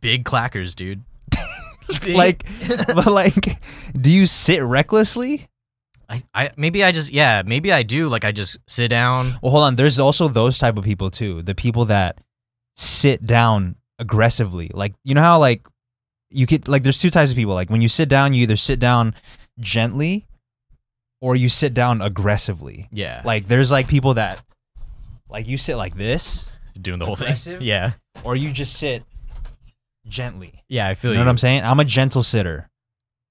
Speaker 2: big clackers, dude. Big-
Speaker 1: like, but like, do you sit recklessly?
Speaker 2: I, I maybe I just yeah, maybe I do. Like I just sit down.
Speaker 1: Well, hold on. There's also those type of people too. The people that sit down aggressively. Like you know how like you could like there's two types of people. Like when you sit down, you either sit down gently or you sit down aggressively.
Speaker 2: Yeah.
Speaker 1: Like there's like people that like you sit like this
Speaker 2: doing the whole
Speaker 1: aggressive?
Speaker 2: thing. Yeah.
Speaker 1: or you just sit gently.
Speaker 2: Yeah, I feel
Speaker 1: You know what I'm saying? I'm a gentle sitter.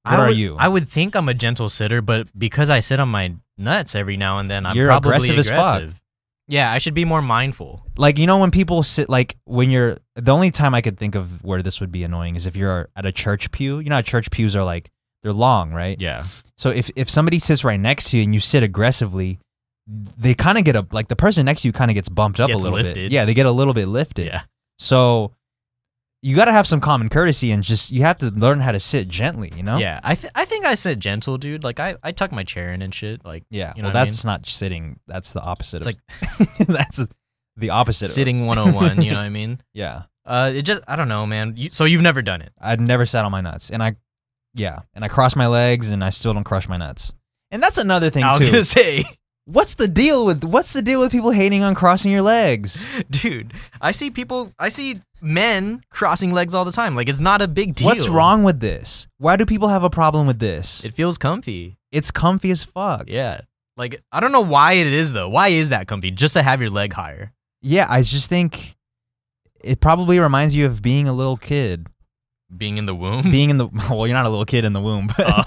Speaker 2: I
Speaker 1: What are
Speaker 2: would-
Speaker 1: you?
Speaker 2: I would think I'm a gentle sitter, but because I sit on my nuts every now and then, I'm
Speaker 1: You're
Speaker 2: probably
Speaker 1: aggressive as fuck.
Speaker 2: aggressive. Yeah, I should be more mindful.
Speaker 1: like you know when people sit like when you're the only time I could think of where this would be annoying is if you're at a church pew. You know how church pews are like they're long, right?
Speaker 2: Yeah.
Speaker 1: So if if somebody sits right next to you and you sit aggressively, they kind of get a like the person next to you kind of gets bumped up
Speaker 2: Gets
Speaker 1: a little bit.
Speaker 2: lifted.
Speaker 1: Yeah, they get a little bit lifted.
Speaker 2: Yeah.
Speaker 1: So you got to have some common courtesy and just you have to learn how to sit gently. You know.
Speaker 2: Yeah, I th- I think I said gentle, dude. Like I, I tuck my chair in and shit. Like
Speaker 1: Yeah.
Speaker 2: You know
Speaker 1: well,
Speaker 2: what I
Speaker 1: that's not sitting. That's the opposite.
Speaker 2: It's
Speaker 1: of, like that's the opposite. of-
Speaker 2: sitting 101, you know what I mean?
Speaker 1: yeah.
Speaker 2: Uh it just I don't know, man. You, so you've never done it.
Speaker 1: I've never sat on my nuts, and I, yeah, and I cross my legs, and I still don't crush my nuts. And that's another thing
Speaker 2: I was
Speaker 1: too.
Speaker 2: going to say
Speaker 1: What's the deal with what's the deal with people hating on crossing your legs?
Speaker 2: Dude, I see people, I see men crossing legs all the time. Like, it's not a big deal.
Speaker 1: What's wrong with this? Why do people have a problem with this?
Speaker 2: It feels comfy.
Speaker 1: it's comfy as fuck.
Speaker 2: Yeah. Like, I don't know why it is, though. Why is that comfy? Just to have your leg higher.
Speaker 1: Yeah, I just think it probably reminds you of being a little kid.
Speaker 2: Being in the womb?
Speaker 1: Being in the well, you're not a little kid in the womb, but
Speaker 2: Oh.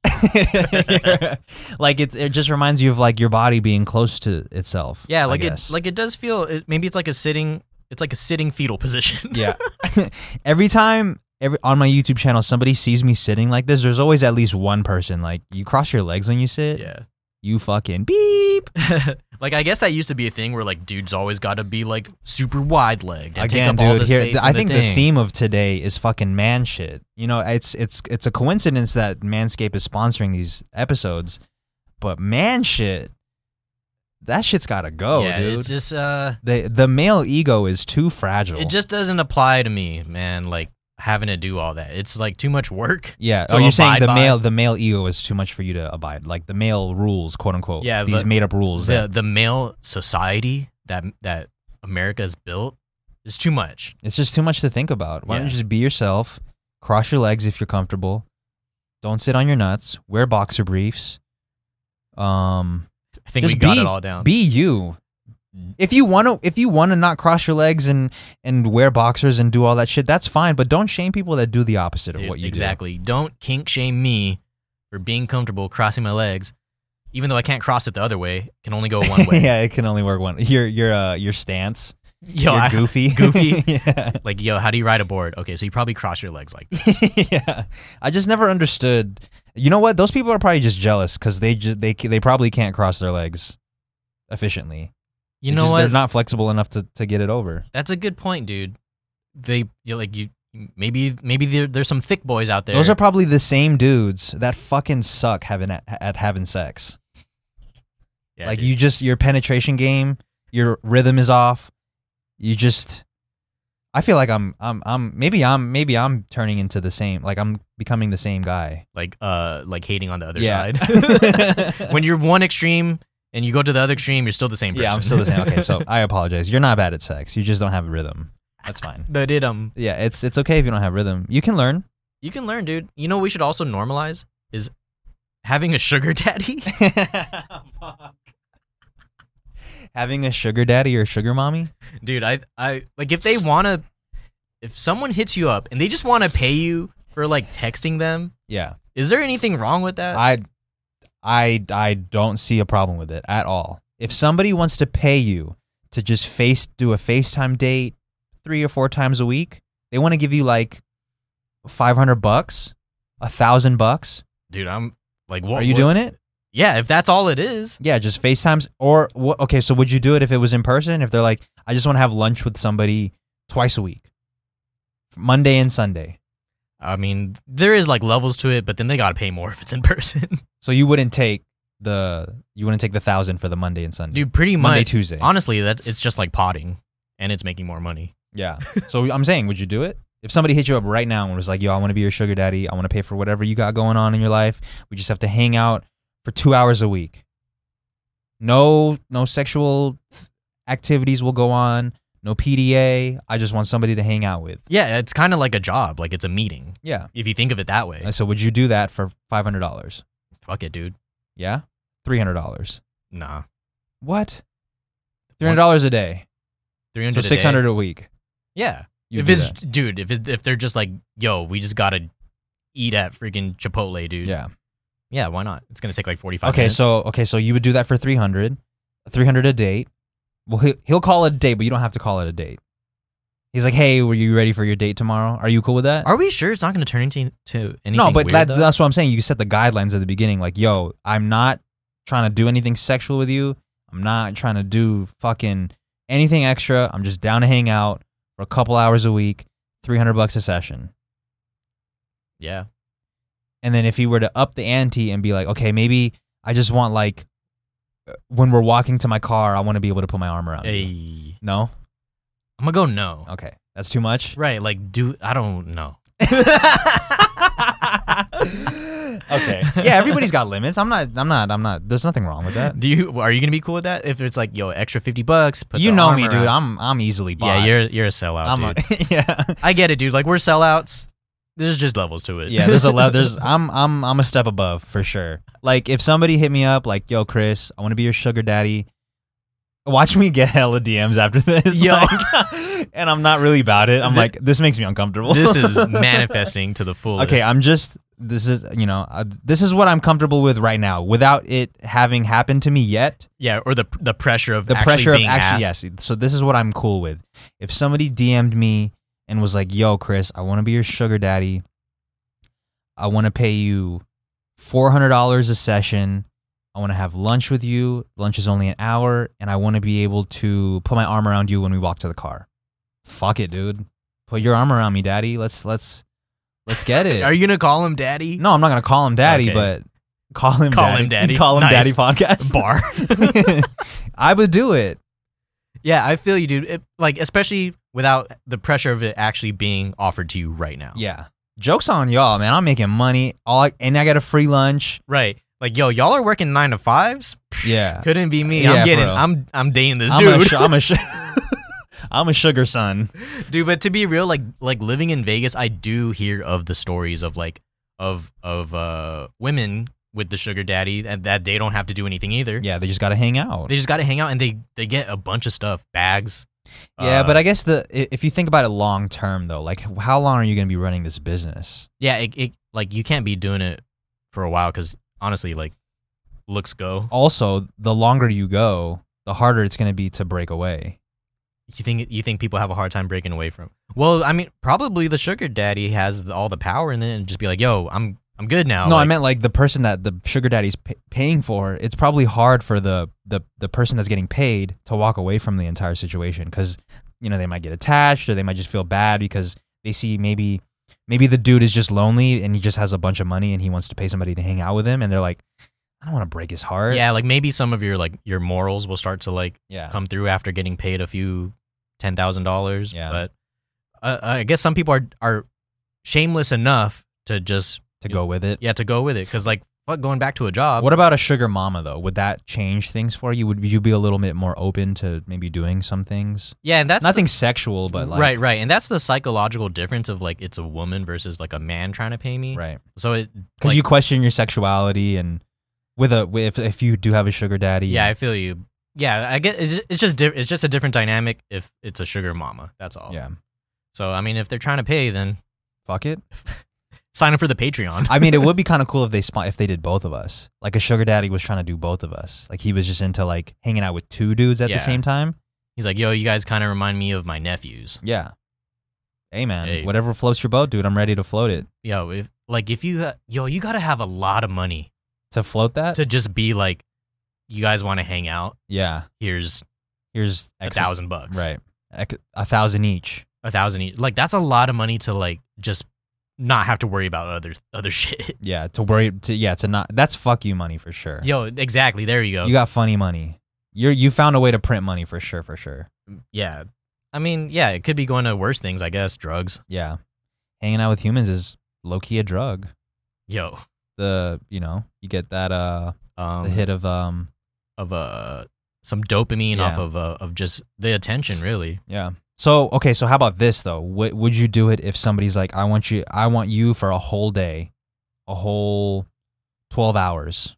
Speaker 1: like it it just reminds you of like your body being close to itself.
Speaker 2: yeah,
Speaker 1: I
Speaker 2: like it,
Speaker 1: guess.
Speaker 2: like it does feel, it, maybe it's like a sitting, it's like a sitting fetal position.
Speaker 1: Yeah. every time every on my YouTube channel somebody sees me sitting like this, there's always at least one person like you cross your legs when you sit.
Speaker 2: yeah.
Speaker 1: You fucking beep.
Speaker 2: like I guess that used to be a thing where like dudes always got to be like super wide legged.
Speaker 1: Again,
Speaker 2: take up all
Speaker 1: dude,
Speaker 2: the
Speaker 1: here
Speaker 2: space
Speaker 1: I
Speaker 2: in
Speaker 1: think the
Speaker 2: thing.
Speaker 1: theme of today is fucking man shit. You know, it's it's it's a coincidence that Manscaped is sponsoring these episodes, but man shit that shit's got to go,
Speaker 2: yeah,
Speaker 1: oh, dude.
Speaker 2: it's just uh,
Speaker 1: the the male ego is too fragile.
Speaker 2: it just doesn't apply to me, man. Like having to do all that, it's like too much work.
Speaker 1: Yeah.
Speaker 2: So
Speaker 1: oh, you're saying
Speaker 2: abide
Speaker 1: the
Speaker 2: by-
Speaker 1: male the male ego is too much for you to abide, like the male rules, quote unquote.
Speaker 2: Yeah,
Speaker 1: These
Speaker 2: the-
Speaker 1: made up rules.
Speaker 2: The
Speaker 1: that,
Speaker 2: the male society that that America's built is too much.
Speaker 1: it's just too much to think about. Why don't
Speaker 2: Yeah.
Speaker 1: you just be yourself? Cross your legs if you're comfortable. Don't sit on your nuts. Wear boxer briefs. Um,
Speaker 2: I think
Speaker 1: Just
Speaker 2: we got
Speaker 1: be-
Speaker 2: it all down.
Speaker 1: be you. If you want to, if you want to not cross your legs and and wear boxers and do all that shit, that's fine. But don't shame people that do the opposite of
Speaker 2: Dude,
Speaker 1: what you do.
Speaker 2: exactly. Don't kink shame me for being comfortable crossing my legs, even though I can't cross it the other way. Can only go one way.
Speaker 1: yeah, it can only work one. Your your uh, your stance.
Speaker 2: Yo,
Speaker 1: your
Speaker 2: I-
Speaker 1: goofy.
Speaker 2: goofy.
Speaker 1: yeah.
Speaker 2: like yo how do you ride a board okay so you probably cross your legs like that.
Speaker 1: yeah, I just never understood. You know what? Those people are probably just jealous because they just they they probably can't cross their legs efficiently.
Speaker 2: you
Speaker 1: They
Speaker 2: know
Speaker 1: just-
Speaker 2: what
Speaker 1: They're not flexible enough to, to get it over.
Speaker 2: that's a good point dude they you like you maybe maybe there, there's some thick boys out there
Speaker 1: Those are probably the same dudes that fucking suck having at, at having sex.
Speaker 2: Yeah,
Speaker 1: like
Speaker 2: dude.
Speaker 1: you just your penetration game, your rhythm is off. You just I feel like I'm I'm I'm maybe I'm maybe I'm turning into the same like I'm becoming the same guy.
Speaker 2: like uh like hating on the other
Speaker 1: Yeah.
Speaker 2: side when you're one extreme and you go to the other extreme you're still the same person
Speaker 1: Yeah, I'm still the same. Okay, so I apologize. You're not bad at sex. You just don't have rhythm. That's fine.
Speaker 2: the didum
Speaker 1: Yeah, it's it's okay if you don't have rhythm. You can learn.
Speaker 2: um, you can learn dude you know what we should also normalize is having a sugar daddy
Speaker 1: Having a sugar daddy or sugar mommy?
Speaker 2: dude i i like if they want to if someone hits you up and they just want to pay you for like texting them
Speaker 1: Yeah.
Speaker 2: Is there anything wrong with that?
Speaker 1: I I I don't see a problem with it at all. If somebody wants to pay you to just face do a FaceTime date 3 or 4 times a week, they want to give you like 500 bucks, a 1000 bucks.
Speaker 2: Dude, I'm like, what
Speaker 1: Are you doing it?
Speaker 2: Yeah, if that's all it is,
Speaker 1: Yeah, just FaceTimes or wh- okay, so would you do it if it was in person? If they're like, I just want to have lunch with somebody twice a week, Monday and Sunday.
Speaker 2: I mean, there is like levels to it, but then they gotta pay more if it's in person,
Speaker 1: So you wouldn't take the you wouldn't take the thousand for the Monday and Sunday.
Speaker 2: dude. Pretty
Speaker 1: Monday
Speaker 2: much,
Speaker 1: Tuesday.
Speaker 2: honestly, that it's just like potting, and it's making more money.
Speaker 1: yeah. so I'm saying, would you do it if somebody hit you up right now and was like, Yo, I want to be your sugar daddy. I want to pay for whatever you got going on in your life. We just have to hang out for two hours a week. No, no sexual activities will go on. No PDA. I just want somebody to hang out with.
Speaker 2: Yeah, it's kind of like a job, like it's a meeting.
Speaker 1: Yeah.
Speaker 2: If you think of it that way,
Speaker 1: I said, would you do that for five hundred dollars?
Speaker 2: fuck it, dude.
Speaker 1: Yeah, three hundred dollars.
Speaker 2: Nah,
Speaker 1: What? Three hundred dollars a day.
Speaker 2: three
Speaker 1: So
Speaker 2: hundred,
Speaker 1: six hundred a week.
Speaker 2: Yeah,
Speaker 1: You
Speaker 2: if
Speaker 1: do
Speaker 2: it's
Speaker 1: that.
Speaker 2: dude, if it, if they're just like, yo, we just gotta eat at freaking Chipotle, dude.
Speaker 1: yeah.
Speaker 2: yeah, why not? It's gonna take like forty five.
Speaker 1: Okay, so okay, so you would do that for three hundred. Three hundred a date. Well, he, he'll call it a date, but you don't have to call it a date. He's like, hey, were you ready for your date tomorrow? Are you cool with that?
Speaker 2: Are we sure it's not going to turn into to anything?
Speaker 1: no, but
Speaker 2: weird,
Speaker 1: that,
Speaker 2: though?
Speaker 1: that's what I'm saying. You set the guidelines at the beginning, like, yo, I'm not trying to do anything sexual with you. I'm not trying to do fucking anything extra. I'm just down to hang out for a couple hours a week, 300 bucks a session.
Speaker 2: yeah,
Speaker 1: And then if he were to up the ante and be like, okay, maybe I just want like uh, when we're walking to my car, I want to be able to put my arm around. you.
Speaker 2: hey,
Speaker 1: No?
Speaker 2: I'm gonna go no.
Speaker 1: Okay. That's too much.
Speaker 2: Right, like do I don't know.
Speaker 1: okay. Yeah, everybody's got limits. I'm not. I'm not. I'm not. There's nothing wrong with that.
Speaker 2: Do you are you gonna be cool with that? If it's like, yo, extra fifty bucks. Put
Speaker 1: you
Speaker 2: the
Speaker 1: know
Speaker 2: arm
Speaker 1: me, dude.
Speaker 2: around-
Speaker 1: I'm I'm easily bought.
Speaker 2: yeah, you're you're a sellout,
Speaker 1: I'm
Speaker 2: dude.
Speaker 1: a, yeah.
Speaker 2: I get it, dude. Like we're sellouts. There's just levels to it.
Speaker 1: Yeah, there's a level. There's I'm I'm I'm a step above for sure. Like if somebody hit me up like, "Yo, Chris, I want to be your sugar daddy." Watch me get hella DMs after this.
Speaker 2: Yo.
Speaker 1: like- and I'm not really about it. I'm
Speaker 2: Thi-
Speaker 1: like, this makes me uncomfortable.
Speaker 2: this is manifesting to the fullest.
Speaker 1: okay. I'm just this is you know uh, this is what I'm comfortable with right now without it having happened to me yet.
Speaker 2: yeah, or the the pressure of
Speaker 1: the
Speaker 2: actually
Speaker 1: pressure of
Speaker 2: being
Speaker 1: actually
Speaker 2: asked.
Speaker 1: yes. So this is what I'm cool with. If somebody DM'd me and was like, "Yo, Chris, I want to be your sugar daddy. I want to pay you four hundred dollars a session. I want to have lunch with you. Lunch is only an hour, and I want to be able to put my arm around you when we walk to the car. Fuck it, dude. Put your arm around me, daddy. Let's let's let's get it.
Speaker 2: Are you gonna call him daddy?
Speaker 1: no, I'm not gonna call him daddy,
Speaker 2: Okay.
Speaker 1: but call him
Speaker 2: Call
Speaker 1: daddy.
Speaker 2: him daddy.
Speaker 1: Call him
Speaker 2: Nice.
Speaker 1: daddy podcast
Speaker 2: Bar.
Speaker 1: I would do it.
Speaker 2: yeah, I feel you, dude. It, like especially without the pressure of it actually being offered to you right now.
Speaker 1: Yeah. Jokes on y'all, man. I'm making money. All I, and I got a free lunch.
Speaker 2: Right. Like, yo, y'all are working nine to fives.
Speaker 1: Yeah.
Speaker 2: Couldn't be me.
Speaker 1: Yeah,
Speaker 2: I'm getting.
Speaker 1: bro.
Speaker 2: I'm. I'm dating this
Speaker 1: I'm
Speaker 2: dude.
Speaker 1: a su- I'm a su- I'm a sugar son.
Speaker 2: dude but to be real like like living in vegas i do hear of the stories of like of of uh women with the sugar daddy and that they don't have to do anything either
Speaker 1: Yeah, they just got to hang out.
Speaker 2: they just gotta hang out and they they get a bunch of stuff bags
Speaker 1: yeah,
Speaker 2: uh,
Speaker 1: but I guess the i- if you think about it long term though, like how long are you going to be running this business?
Speaker 2: yeah it, it like you can't be doing it for a while because honestly like looks go
Speaker 1: Also, the longer you go, the harder it's going to be to break away.
Speaker 2: you think you think people have a hard time breaking away from well i mean probably the sugar daddy has the, all the power in it and just be like yo i'm i'm good now
Speaker 1: no, I
Speaker 2: Like,
Speaker 1: meant like the person that the sugar daddy's pa paying for. It's probably hard for the, the the person that's getting paid to walk away from the entire situation because you know they might get attached or they might just feel bad because they see maybe maybe the dude is just lonely and he just has a bunch of money and he wants to pay somebody to hang out with him and they're like, I don't want to break his heart.
Speaker 2: yeah like maybe some of your like your morals will start to like
Speaker 1: yeah.
Speaker 2: come through after getting paid a few ten thousand dollars.
Speaker 1: Yeah.
Speaker 2: but uh, I guess some people are are shameless enough to just
Speaker 1: To go with it.
Speaker 2: yeah to go with it because like fuck going back to a job.
Speaker 1: What about a sugar mama though? Would that change things for you? Would you be a little bit more open to maybe doing some things?
Speaker 2: yeah, and that's
Speaker 1: Nothing sexual, but like
Speaker 2: right, right, and that's the psychological difference of like it's a woman versus like a man trying to pay me.
Speaker 1: right.
Speaker 2: So it
Speaker 1: because
Speaker 2: like,
Speaker 1: you question your sexuality and with a with- if if you do have a sugar daddy.
Speaker 2: yeah, I feel you. Yeah, I get it's, it's just di- it's just a different dynamic if it's a sugar mama. That's all.
Speaker 1: yeah,
Speaker 2: So I mean, if they're trying to pay, then
Speaker 1: fuck it.
Speaker 2: sign up for the Patreon.
Speaker 1: I mean, it would be kind of cool if they spot if they did both of us. Like a sugar daddy was trying to do both of us. Like he was just into like hanging out with two dudes at
Speaker 2: Yeah.
Speaker 1: the same time.
Speaker 2: He's like, yo, you guys kind of remind me of my nephews.
Speaker 1: Yeah. Hey man,
Speaker 2: Hey.
Speaker 1: whatever floats your boat, dude. I'm ready to float it.
Speaker 2: yo, if like if you ha- yo, you gotta have a lot of money
Speaker 1: To float that,
Speaker 2: to just be like, you guys want to hang out?
Speaker 1: yeah.
Speaker 2: Here's
Speaker 1: Here's
Speaker 2: a
Speaker 1: X-
Speaker 2: thousand bucks,
Speaker 1: right? X- A thousand each.
Speaker 2: A thousand each. Like that's a lot of money to like just not have to worry about other other shit.
Speaker 1: Yeah, to worry. To yeah, to not. That's fuck you money for sure.
Speaker 2: yo, exactly. There you go.
Speaker 1: You got funny money. You're you found a way to print money for sure. For sure.
Speaker 2: yeah. I mean, yeah, it could be going to worse things, I guess. Drugs.
Speaker 1: Yeah. Hanging out with humans is low key a drug.
Speaker 2: Yo,
Speaker 1: The you know, you get that uh
Speaker 2: um,
Speaker 1: the hit of um
Speaker 2: of uh some dopamine
Speaker 1: Yeah.
Speaker 2: off of uh, of just the attention, really.
Speaker 1: yeah. So okay, so how about this though? Would would you do it if somebody's like, I want you I want you for a whole day, a whole twelve hours.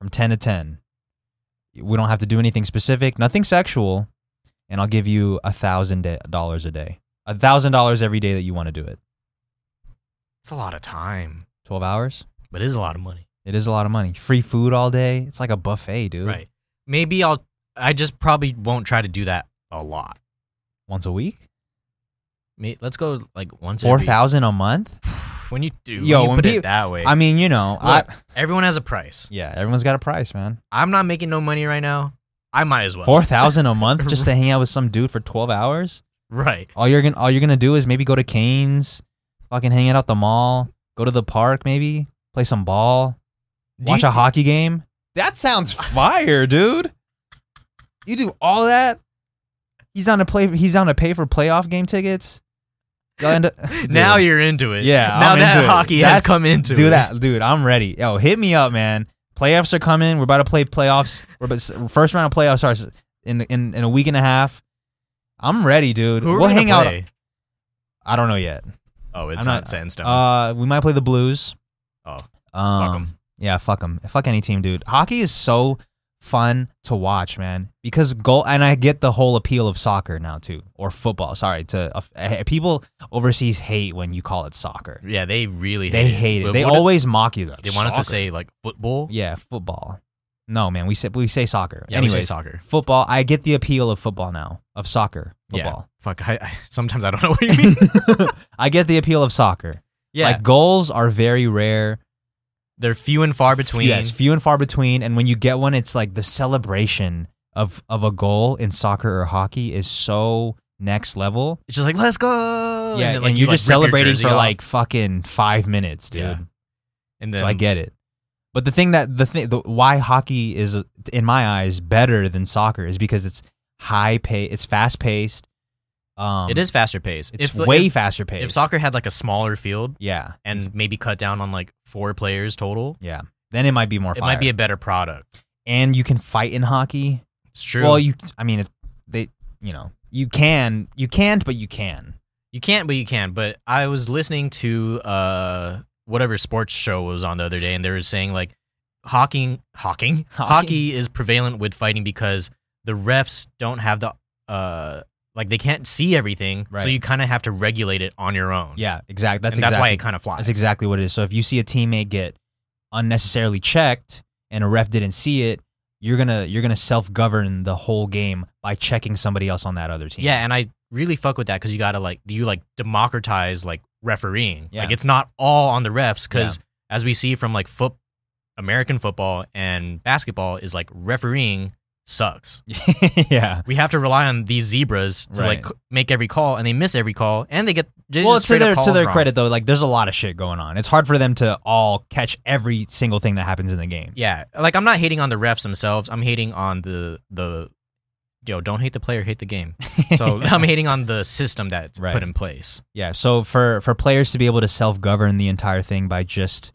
Speaker 1: From ten to ten. We don't have to do anything specific, nothing sexual, and I'll give you a thousand da- dollars a day. A thousand dollars every day that you want to do it.
Speaker 2: It's a lot of time,
Speaker 1: Twelve hours?
Speaker 2: but it is a lot of money.
Speaker 1: It is a lot of money. Free food all day. It's like a buffet, dude.
Speaker 2: Right. Maybe I'll. I just probably won't try to do that a lot.
Speaker 1: Once a week?
Speaker 2: Me, let's go like once
Speaker 1: four
Speaker 2: every-
Speaker 1: thousand a month.
Speaker 2: When you do,
Speaker 1: Yo,
Speaker 2: when you
Speaker 1: when
Speaker 2: put
Speaker 1: peo-
Speaker 2: it that way,
Speaker 1: I mean, you know, I,
Speaker 2: Look. everyone has a price.
Speaker 1: yeah, everyone's got a price, man.
Speaker 2: I'm not making no money right now. I might as well.
Speaker 1: Four thousand a month just to hang out with some dude for twelve hours.
Speaker 2: right?
Speaker 1: All you're gonna all you're gonna do is maybe go to Canes, fucking hang out at the mall, go to the park, maybe play some ball,
Speaker 2: Do
Speaker 1: watch
Speaker 2: you-
Speaker 1: a hockey game. That sounds fire, dude. You do all that. He's down to play. He's down to pay for playoff game tickets. You'll end up-
Speaker 2: Now
Speaker 1: Dude.
Speaker 2: you're into it.
Speaker 1: Yeah,
Speaker 2: Now
Speaker 1: I'm
Speaker 2: that
Speaker 1: into it.
Speaker 2: hockey has
Speaker 1: That's-
Speaker 2: come into
Speaker 1: do
Speaker 2: it.
Speaker 1: that, dude. I'm ready. Yo, hit me up, man. Playoffs are coming. We're about to play playoffs. We're about, first round of playoffs starts in, in in a week and a half. I'm ready, dude.
Speaker 2: Who are we
Speaker 1: we'll
Speaker 2: gonna
Speaker 1: hang out.
Speaker 2: play?
Speaker 1: I don't know yet.
Speaker 2: Oh, it's
Speaker 1: I'm
Speaker 2: not,
Speaker 1: not-
Speaker 2: sandstone.
Speaker 1: Uh, we might play the Blues.
Speaker 2: Oh.
Speaker 1: um,
Speaker 2: Fuck 'em.
Speaker 1: Yeah, fuck them. Fuck any team, dude. Hockey is so fun to watch, man. Because goal, and I get the whole appeal of soccer now too, or football. Sorry, to uh, people overseas hate when you call it soccer.
Speaker 2: yeah, they really hate
Speaker 1: They
Speaker 2: it.
Speaker 1: hate it.
Speaker 2: But
Speaker 1: They
Speaker 2: what-
Speaker 1: always mock you though.
Speaker 2: they want us
Speaker 1: Soccer.
Speaker 2: to say like football.
Speaker 1: Yeah, football. No, man, we say we say soccer.
Speaker 2: Yeah, we say
Speaker 1: Anyways,
Speaker 2: soccer.
Speaker 1: football. I get the appeal of football now, of soccer, football.
Speaker 2: Fuck, I, I sometimes I don't know what you mean.
Speaker 1: I get the appeal of soccer.
Speaker 2: yeah,
Speaker 1: Like goals are very rare.
Speaker 2: they're few and far between.
Speaker 1: Yes, few and far between. And when you get one, it's like the celebration of of a goal in soccer or hockey is so next level.
Speaker 2: It's just like let's go.
Speaker 1: yeah,
Speaker 2: then,
Speaker 1: and,
Speaker 2: like,
Speaker 1: you're
Speaker 2: like,
Speaker 1: just
Speaker 2: rip your
Speaker 1: celebrating
Speaker 2: jersey
Speaker 1: for
Speaker 2: off.
Speaker 1: like fucking five minutes, dude.
Speaker 2: Yeah. And then
Speaker 1: So I get it. But the thing that the thing the, why hockey is uh, in my eyes better than soccer is because it's high pay, it's fast paced. Um,
Speaker 2: it is faster paced.
Speaker 1: It's
Speaker 2: if, like,
Speaker 1: way
Speaker 2: if,
Speaker 1: faster paced.
Speaker 2: if soccer had like a smaller field
Speaker 1: yeah,
Speaker 2: and maybe cut down on like four players total,
Speaker 1: yeah, then it might be more.
Speaker 2: it might be a better product.
Speaker 1: and you can fight in hockey.
Speaker 2: It's true.
Speaker 1: Well, you, I mean, it, they, you know, you can, you can't, but you can.
Speaker 2: You can't, but you can. But I was listening to uh whatever sports show was on the other day, and they were saying like hawking, hawking,
Speaker 1: Hawking.
Speaker 2: hockey is prevalent with fighting because the refs don't have the uh like they can't see everything, so
Speaker 1: Right.
Speaker 2: you kind of have to regulate it on your own.
Speaker 1: Yeah, exactly. That's
Speaker 2: and that's
Speaker 1: exactly
Speaker 2: why it kind of flies.
Speaker 1: That's exactly what it is. So if you see a teammate get unnecessarily checked and a ref didn't see it, you're gonna you're gonna self govern the whole game by checking somebody else on that other team.
Speaker 2: Yeah, and I really fuck with that because you gotta like you like democratize like refereeing.
Speaker 1: Yeah.
Speaker 2: Like it's not all on the refs because as we see from like foot American football and basketball is like refereeing sucks.
Speaker 1: yeah.
Speaker 2: We have to rely on these zebras to like
Speaker 1: Right.
Speaker 2: c- make every call, and they miss every call, and they get they
Speaker 1: well,
Speaker 2: just
Speaker 1: to
Speaker 2: straight up
Speaker 1: their to
Speaker 2: calls
Speaker 1: their
Speaker 2: wrong.
Speaker 1: credit though, like there's a lot of shit going on. It's hard for them to all catch every single thing that happens in the game.
Speaker 2: Yeah, like I'm not hating on the refs themselves. I'm hating on the the yo. Don't hate the player, hate the game. So I'm hating on the system that's
Speaker 1: Right.
Speaker 2: put in place.
Speaker 1: Yeah. So for for players to be able to self govern the entire thing by just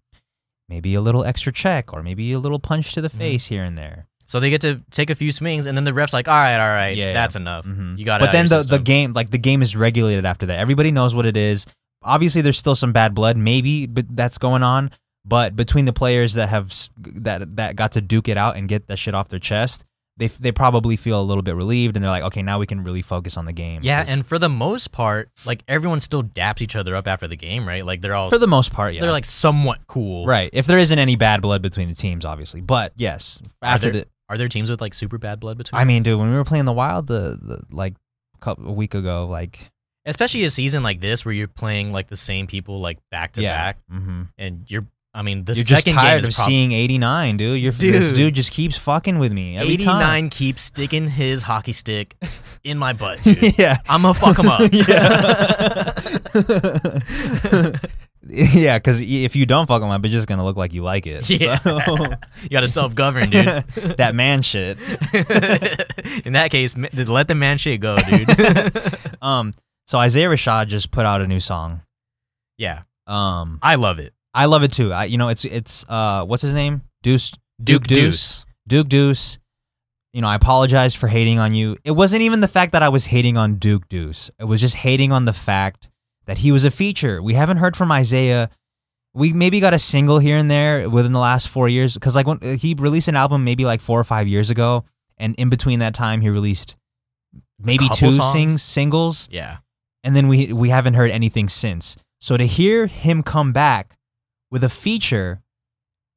Speaker 1: maybe a little extra check or maybe a little punch to the
Speaker 2: Mm-hmm.
Speaker 1: face here and there.
Speaker 2: So they get to take a few swings, and then the ref's like, "All right, all right,
Speaker 1: Yeah,
Speaker 2: that's enough.
Speaker 1: Mhm.
Speaker 2: You got."
Speaker 1: But then the, the game, like the game is regulated after that. Everybody knows what it is. Obviously, there's still some bad blood, maybe, but that's going on. But between the players that have s- that that got to duke it out and get that shit off their chest, they f- they probably feel a little bit relieved, and they're like, okay, now we can really focus on the game.
Speaker 2: yeah,
Speaker 1: 'Cause
Speaker 2: and for the most part, like everyone still daps each other up after the game, right? Like they're all
Speaker 1: for the most part, yeah,
Speaker 2: they're like somewhat cool,
Speaker 1: right. If there isn't any bad blood between the teams, obviously, but yes,
Speaker 2: Are
Speaker 1: after
Speaker 2: there-
Speaker 1: the,
Speaker 2: Are there teams with like super bad blood between?
Speaker 1: I mean, dude, when we were playing the Wild, the, the like couple, a week ago, like
Speaker 2: especially a season like this where you're playing like the same people like back to
Speaker 1: yeah,
Speaker 2: back,
Speaker 1: hmm
Speaker 2: and you're. I mean, the
Speaker 1: You're
Speaker 2: second
Speaker 1: just tired
Speaker 2: game
Speaker 1: of
Speaker 2: is probably
Speaker 1: seeing 89, dude. You're, This
Speaker 2: Dude.
Speaker 1: dude just keeps fucking with me every
Speaker 2: 89
Speaker 1: time.
Speaker 2: keeps sticking his hockey stick in my butt. Dude.
Speaker 1: yeah.
Speaker 2: I'm gonna fuck him up.
Speaker 1: yeah. yeah, because if you don't fuck him up, it's just going to look like you like it.
Speaker 2: Yeah.
Speaker 1: So-
Speaker 2: you gotta self govern, dude.
Speaker 1: that man shit.
Speaker 2: In that case, ma- let the man shit go, dude.
Speaker 1: Um, so Isaiah Rashad just put out a new song.
Speaker 2: yeah,
Speaker 1: Um,
Speaker 2: I love it.
Speaker 1: I love it too. I, you know, it's, it's, uh, what's his name? Deuce.
Speaker 2: Duke,
Speaker 1: Duke
Speaker 2: Deuce.
Speaker 1: Deuce. Duke Deuce, you know, I apologize for hating on you. It wasn't even the fact that I was hating on Duke Deuce. It was just hating on the fact that he was a feature. We haven't heard from Isaiah. We maybe got a single here and there within the last four years because like when uh, he released an album maybe like four or five years ago, and in between that time he released maybe
Speaker 2: Couple
Speaker 1: two
Speaker 2: songs?
Speaker 1: sing- singles,
Speaker 2: Yeah,
Speaker 1: and then we we haven't heard anything since. So to hear him come back with a feature,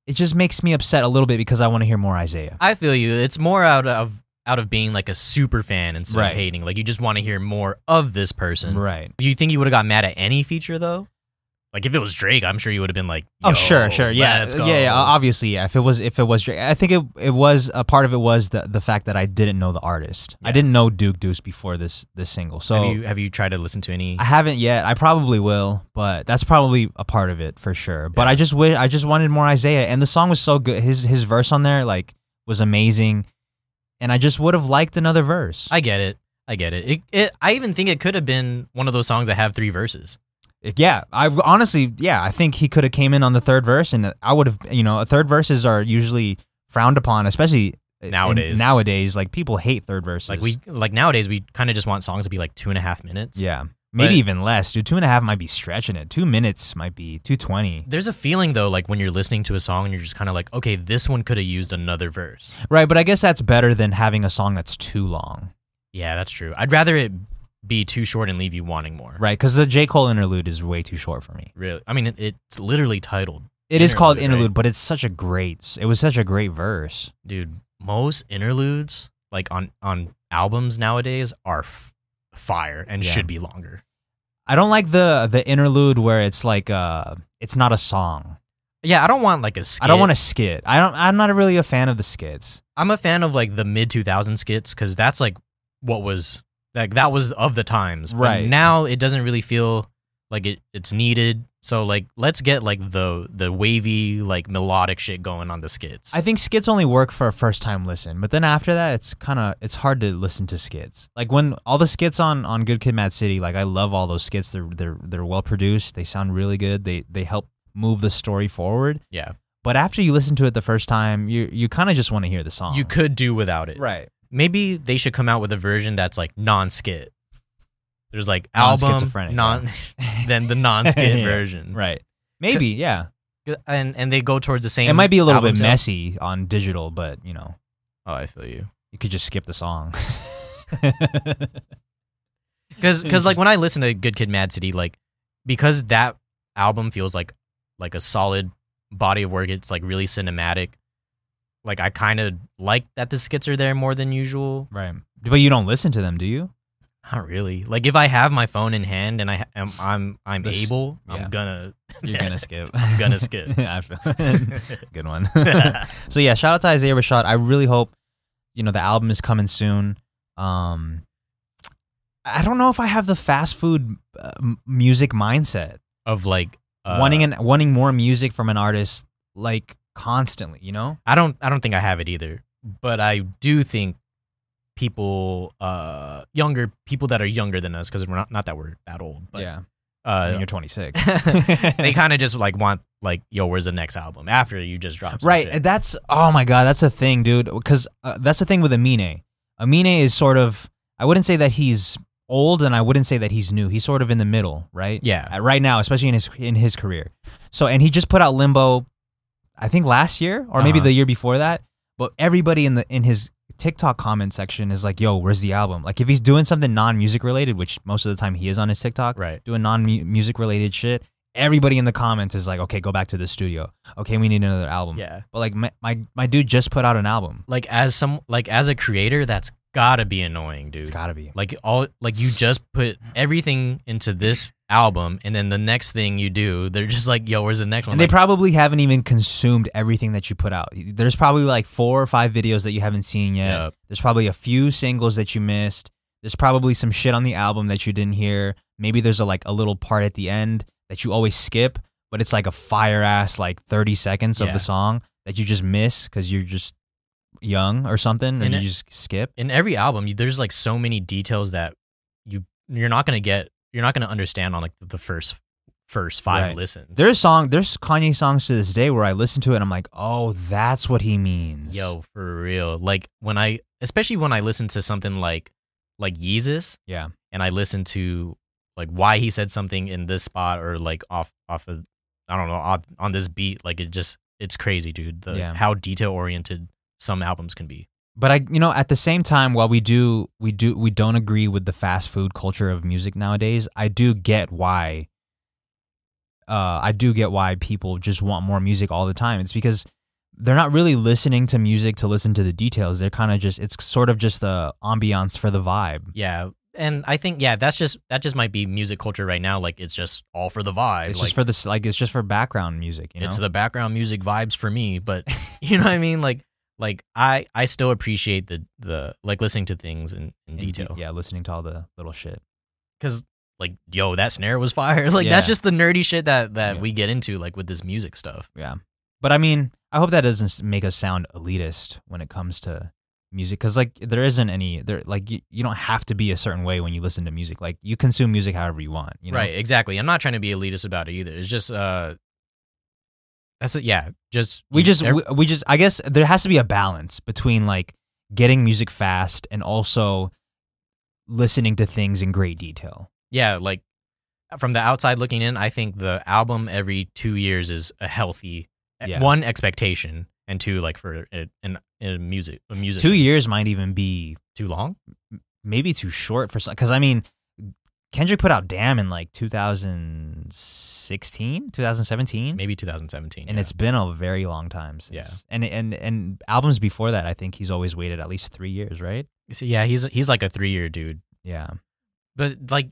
Speaker 1: it just makes me upset a little bit because I want to hear more Isaiah.
Speaker 2: I feel you. It's more out of out of being like a super fan instead
Speaker 1: Right.
Speaker 2: of hating. Like you just want to hear more of this person.
Speaker 1: Right.
Speaker 2: You think you would have got mad at any feature though? Like if it was Drake, I'm sure you would have been like,
Speaker 1: Oh
Speaker 2: "Yo,
Speaker 1: sure, sure, yeah, uh,
Speaker 2: let's go."
Speaker 1: yeah, yeah. Obviously, yeah. If it was, if it was, Drake- I think it, it was a part of it was the the fact that I didn't know the artist. I
Speaker 2: Yeah.
Speaker 1: didn't know Duke Deuce before this this single, so
Speaker 2: have you have you tried to listen to any?
Speaker 1: I haven't yet. I probably will, but that's probably a part of it for sure. But I just wish I just wanted more Isaiah, and the song was so good. His his verse on there like was amazing, and I just would have liked another verse.
Speaker 2: I get it. I get it. It, it. I even think it could have been one of those songs that have three verses.
Speaker 1: Yeah, I honestly, yeah, I think he could have came in on the third verse, and I would have, you know, third verses are usually frowned upon, especially uh, in-
Speaker 2: Nowadays.
Speaker 1: Nowadays, like people hate third verses.
Speaker 2: Like we like nowadays we kind of just want songs to be like two and a half minutes.
Speaker 1: yeah, maybe
Speaker 2: But-
Speaker 1: even less, dude. Two and a half might be stretching it. Two minutes might be two twenty.
Speaker 2: There's a feeling though, like when you're listening to a song and you're just kind of like, okay, this one could have used another verse.
Speaker 1: Right, but I guess that's better than having a song that's too long,
Speaker 2: Yeah, that's true. I'd rather it be too short and leave you wanting more.
Speaker 1: right? Because the J Cole interlude is way too short for me.
Speaker 2: Really. I mean, it, it's literally titled,
Speaker 1: It is called
Speaker 2: Interlude, right?
Speaker 1: interlude, but it's such a great. It was such a great verse.
Speaker 2: dude. Most interludes, like on on albums nowadays, are f- fire and
Speaker 1: Yeah.
Speaker 2: should be longer.
Speaker 1: I don't like the the interlude where it's like uh, it's not a song.
Speaker 2: Yeah, I don't want like a skit.
Speaker 1: I don't want a skit. I don't. I'm not really a fan of the skits.
Speaker 2: I'm a fan of like the mid 2000 skits because that's like what was like that was of the times. But
Speaker 1: Right.
Speaker 2: now it doesn't really feel like it, it's needed. So like let's get like the the wavy like melodic shit going on the skits.
Speaker 1: I think skits only work for a first time listen, but then after that, it's kind of it's hard to listen to skits. Like when all the skits on on Good Kid, Mad City, like I love all those skits. They're they're they're well produced. They sound really good. They they help move the story forward.
Speaker 2: yeah,
Speaker 1: But after you listen to it the first time, you you kind of just want to hear the song.
Speaker 2: you could do without it.
Speaker 1: right
Speaker 2: Um, Maybe they should come out with a version that's like non-skit. There's like album
Speaker 1: Non-schizophrenic,
Speaker 2: non then the non-skit
Speaker 1: Yeah.
Speaker 2: version.
Speaker 1: right. Maybe yeah.
Speaker 2: And and they go towards the same.
Speaker 1: It might be a little
Speaker 2: album
Speaker 1: bit
Speaker 2: sale.
Speaker 1: messy on digital, but you know
Speaker 2: Oh, I feel you.
Speaker 1: you could just skip the song.
Speaker 2: because
Speaker 1: It's
Speaker 2: because like
Speaker 1: just-
Speaker 2: when I listen to Good Kid, Mad City, like because that album feels like like a solid body of work. It's like really cinematic. Like I kind of like that the skits are there more than usual.
Speaker 1: right. But you don't listen to them, do you?
Speaker 2: Not really. Like if I have my phone in hand and I ha- am I'm I'm
Speaker 1: This-
Speaker 2: able,
Speaker 1: yeah.
Speaker 2: I'm gonna
Speaker 1: You're gonna skip.
Speaker 2: I'm gonna skip.
Speaker 1: I feel- Good one. so yeah, shout out to Isaiah Rashad. I really hope you know the album is coming soon. Um, I don't know if I have the fast food uh, m- music mindset,
Speaker 2: of like uh,
Speaker 1: wanting an, wanting more music from an artist like constantly. You know,
Speaker 2: I don't I don't think I have it either. But I do think people uh younger people that are younger than us because we're not not that we're that old but
Speaker 1: yeah. I
Speaker 2: uh
Speaker 1: mean, you're 26,
Speaker 2: they kind of just like want like yo where's the next album after you just dropped
Speaker 1: right? That's oh my god, that's a thing, dude. Because uh, that's the thing with Amine. Amine is sort of I wouldn't say that he's old, and I wouldn't say that he's new. He's sort of in the middle, right?
Speaker 2: yeah
Speaker 1: uh, right now, especially in his in his career. So, and he just put out Limbo, I think last year or maybe
Speaker 2: Uh-huh.
Speaker 1: the year before that. But everybody in the in his TikTok comment section is like, "Yo, where's the album?" Like if he's doing something non music related, which most of the time he is on his TikTok,
Speaker 2: right
Speaker 1: doing non music related shit. Everybody in the comments is like, "Okay, go back to the studio. Okay, we need another album."
Speaker 2: yeah
Speaker 1: But like my, my my dude just put out an album.
Speaker 2: like as some like as a creator that's gotta be annoying dude
Speaker 1: It's gotta be
Speaker 2: like all like you just put everything into this album and then the next thing you do they're just like yo where's the next one
Speaker 1: And they
Speaker 2: Like,
Speaker 1: probably haven't even consumed everything that you put out. There's probably like four or five videos that you haven't seen yet.
Speaker 2: Yep.
Speaker 1: There's probably a few singles that you missed. There's probably some shit on the album that you didn't hear. Maybe there's a like a little part at the end that you always skip, but it's like a fire ass like 30 seconds of
Speaker 2: Yeah.
Speaker 1: the song that you just miss because you're just young or something, or
Speaker 2: And
Speaker 1: you
Speaker 2: it-
Speaker 1: just skip.
Speaker 2: in every album you, there's like so many details that you you're not gonna get you're not gonna understand on like the first first five
Speaker 1: Right.
Speaker 2: listens
Speaker 1: There's song, there's Kanye songs to this day where I listen to it and I'm like, oh, that's what he means.
Speaker 2: Yo, for real. Like when I, especially when I listen to something like like Yeezus,
Speaker 1: Yeah.
Speaker 2: and I listen to like why he said something in this spot or like off off of I don't know on, on this beat. Like it just it's crazy, dude. The,
Speaker 1: Yeah.
Speaker 2: How detail oriented some albums can be.
Speaker 1: but I, you know, at the same time, while we do, we do, we don't agree with the fast food culture of music nowadays. I do get why. Uh, I do get why people just want more music all the time. It's because they're not really listening to music to listen to the details. They're kind of just, it's sort of just the ambiance for the vibe.
Speaker 2: Yeah. And I think yeah, that's just that just might be music culture right now. Like it's just all for the vibe.
Speaker 1: It's
Speaker 2: like,
Speaker 1: just for this, like it's just for background music. You know,
Speaker 2: it's the background music vibes for me but you know what i mean like like i i still appreciate the the like listening to things in, in
Speaker 1: And de-
Speaker 2: detail
Speaker 1: yeah, listening to all the little shit.
Speaker 2: because like yo that snare was fire like that's
Speaker 1: Yeah.
Speaker 2: just the nerdy shit that that
Speaker 1: Yeah.
Speaker 2: we get into like with this music stuff
Speaker 1: But I mean, I hope that doesn't s- make us sound elitist when it comes to music because like there isn't any there like you, you don't have to be a certain way when you listen to music like you consume music however you want you know?
Speaker 2: Right, exactly. I'm not trying to be elitist about it either. It's just uh that's it, yeah, just
Speaker 1: we just
Speaker 2: ev-
Speaker 1: we, we just i guess there has to be a balance between like getting music fast and also listening to things in great detail
Speaker 2: yeah, like from the outside looking in, I think the album every 2 years is a healthy e,
Speaker 1: Yeah.
Speaker 2: one expectation and two like for a, an a music a music
Speaker 1: two years might even be
Speaker 2: too long?
Speaker 1: maybe too short for some because i mean kendrick put out damn in like 2016 2017
Speaker 2: Maybe 2017.
Speaker 1: and
Speaker 2: yeah.
Speaker 1: it's been a very long time since and and and albums before that i think he's always waited at least three years right
Speaker 2: So, yeah, he's he's like a 3-year dude.
Speaker 1: yeah
Speaker 2: but like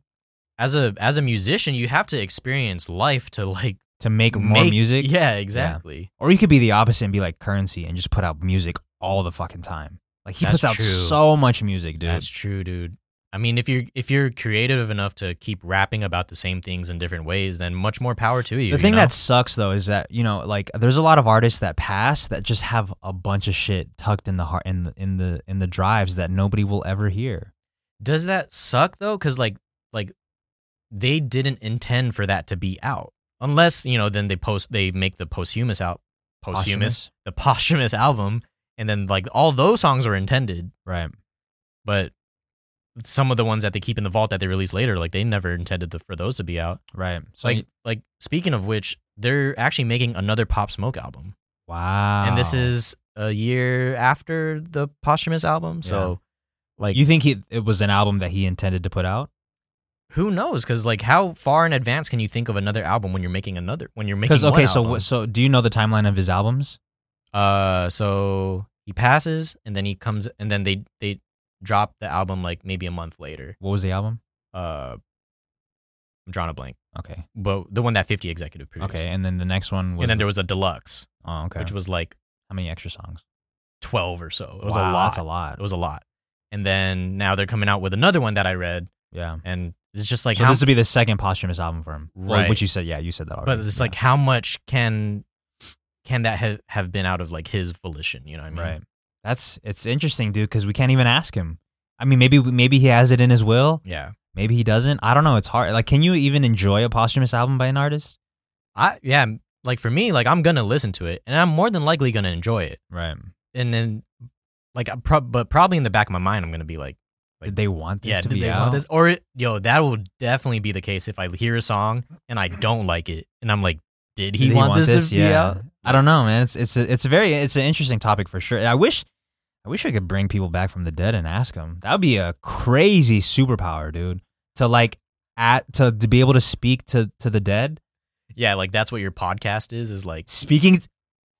Speaker 2: as a as a musician you have to experience life to like
Speaker 1: to make more
Speaker 2: make-
Speaker 1: music
Speaker 2: yeah exactly
Speaker 1: Or you could be the opposite and be like currency and just put out music all the fucking time. Like he
Speaker 2: That's
Speaker 1: puts out
Speaker 2: true.
Speaker 1: so much music, dude.
Speaker 2: that's true dude i mean if you're if you're creative enough to keep rapping about the same things in different ways then much more power to you
Speaker 1: the
Speaker 2: you
Speaker 1: thing
Speaker 2: know?
Speaker 1: that sucks though is that you know, like there's a lot of artists that pass that just have a bunch of shit tucked in the heart in the in the in the drives that nobody will ever hear.
Speaker 2: does that suck though because like like they didn't intend for that to be out unless you know then they post they make the posthumous out posthumous
Speaker 1: Posthumous.
Speaker 2: the posthumous album and then like all those songs were intended
Speaker 1: right?
Speaker 2: but some of the ones that they keep in the vault that they release later, like they never intended the, for those to be out.
Speaker 1: Right. So
Speaker 2: like,
Speaker 1: you-
Speaker 2: like speaking of which, they're actually making another Pop Smoke album,
Speaker 1: wow.
Speaker 2: and this is a year after the posthumous album. So, like,
Speaker 1: you think he it was an album that he intended to put out?
Speaker 2: who knows? Because like, how far in advance can you think of another album when you're making another? When you're making
Speaker 1: Because okay,
Speaker 2: one
Speaker 1: so
Speaker 2: album?
Speaker 1: what- so do you know the timeline of his albums?
Speaker 2: uh, so he passes, and then he comes, and then they they drop the album like maybe a month later.
Speaker 1: What was the album?
Speaker 2: Uh, I'm drawing a blank,
Speaker 1: Okay.
Speaker 2: but the one that 50 executive produced.
Speaker 1: Okay, and then the next one was
Speaker 2: and then there was a deluxe,
Speaker 1: oh, okay.
Speaker 2: which was like
Speaker 1: How many extra songs?
Speaker 2: twelve or so. It was
Speaker 1: Wow,
Speaker 2: a lot.
Speaker 1: That's a lot.
Speaker 2: It was a lot. And then now they're coming out with another one that I read,
Speaker 1: Yeah.
Speaker 2: and it's just like
Speaker 1: so
Speaker 2: how,
Speaker 1: this would be the second posthumous album for him, Well,
Speaker 2: Right.
Speaker 1: which you said, yeah, you said that already.
Speaker 2: but it's
Speaker 1: yeah.
Speaker 2: like how much can can that have have been out of like his volition? You know what I mean?
Speaker 1: right. That's it's interesting, dude, because we can't even ask him. I mean, maybe maybe he has it in his will,
Speaker 2: Yeah.
Speaker 1: maybe he doesn't. I don't know. It's hard. Like, can you even enjoy a posthumous album by an artist?
Speaker 2: I yeah. Like for me, like I'm gonna listen to it, and I'm more than likely gonna enjoy it.
Speaker 1: Right.
Speaker 2: And then like I pro- but probably in the back of my mind, I'm gonna be like,
Speaker 1: Did they want this
Speaker 2: yeah,
Speaker 1: to
Speaker 2: did
Speaker 1: be
Speaker 2: they
Speaker 1: out?
Speaker 2: want this? Or it- yo, that will definitely be the case if I hear a song and I don't like it, and I'm like, did
Speaker 1: Did
Speaker 2: he, want, this, to be
Speaker 1: Yeah.
Speaker 2: out?
Speaker 1: I don't know, man. It's it's a, it's a very it's an interesting topic for sure. I wish I wish I could bring people back from the dead and ask them. That would be a crazy superpower, dude. To like at to, to be able to speak to to the dead.
Speaker 2: Yeah, like that's what your podcast is. Is like
Speaker 1: Speaking.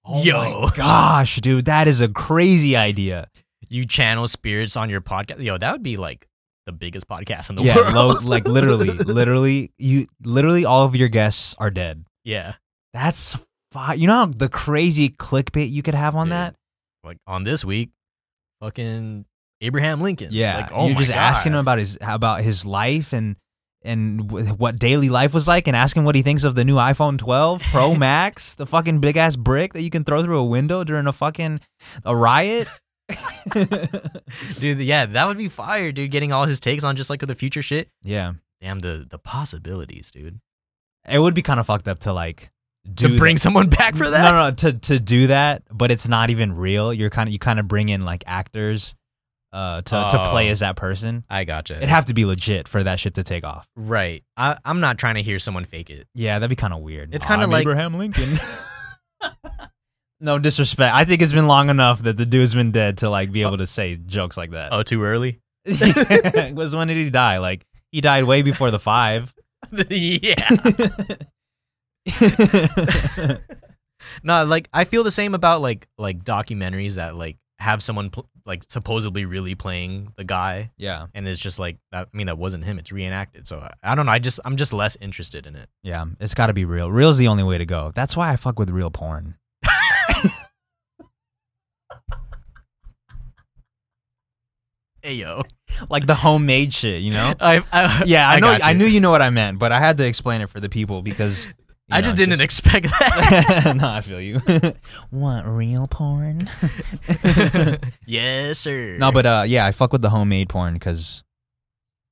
Speaker 1: Oh
Speaker 2: Yo.
Speaker 1: my gosh, dude, that is a crazy idea.
Speaker 2: you channel spirits on your podcast. Yo, that would be like the biggest podcast in the
Speaker 1: yeah,
Speaker 2: world.
Speaker 1: lo- like literally, literally, you literally all of your guests are dead.
Speaker 2: yeah,
Speaker 1: That's fi- you know how the crazy clickbait you could have on
Speaker 2: Dude,
Speaker 1: that.
Speaker 2: like on this week, fucking Abraham Lincoln.
Speaker 1: Yeah,
Speaker 2: like, oh
Speaker 1: you're
Speaker 2: my
Speaker 1: just asking him
Speaker 2: God.
Speaker 1: about his about his life and and wh- what daily life was like, and asking what he thinks of the new iPhone 12 Pro Max, the fucking big ass brick that you can throw through a window during a fucking a riot.
Speaker 2: dude. Yeah, that would be fire, dude. Getting all his takes on just like the future shit.
Speaker 1: yeah.
Speaker 2: Damn the the possibilities, dude.
Speaker 1: it would be kind of fucked up to like do
Speaker 2: to bring
Speaker 1: that-
Speaker 2: someone back for that.
Speaker 1: No, no, to to do that, but it's not even real. You're kind of you kind of bring in like actors uh to to
Speaker 2: Oh.
Speaker 1: play as that person.
Speaker 2: I gotcha.
Speaker 1: It'd have to be legit for that shit to take off.
Speaker 2: right. I, I'm not trying to hear someone fake it.
Speaker 1: Yeah, that'd be kind of weird.
Speaker 2: It's kinda like-
Speaker 1: Abraham Lincoln. no disrespect. I think it's been long enough that the dude's been dead to like be able to say jokes like that.
Speaker 2: Oh, too early.
Speaker 1: Yeah, was when did he die? Like he died way before the five.
Speaker 2: yeah. No, like I feel the same about like like documentaries that like have someone pl- like supposedly really playing the guy,
Speaker 1: yeah.
Speaker 2: and it's just like that. I mean, that wasn't him; it's reenacted. So I, I don't know. I just I'm just less interested in it.
Speaker 1: Yeah, it's got to be real. Real's the only way to go. That's why I fuck with real porn.
Speaker 2: Hey yo,
Speaker 1: Like the homemade shit, you know?
Speaker 2: I, I
Speaker 1: Yeah, I, know
Speaker 2: got
Speaker 1: I
Speaker 2: you.
Speaker 1: knew you know what I meant, but I had to explain it for the people because
Speaker 2: I just didn't expect that.
Speaker 1: no, I feel you. what real porn?
Speaker 2: yes, sir.
Speaker 1: no, but uh, yeah, I fuck with the homemade porn because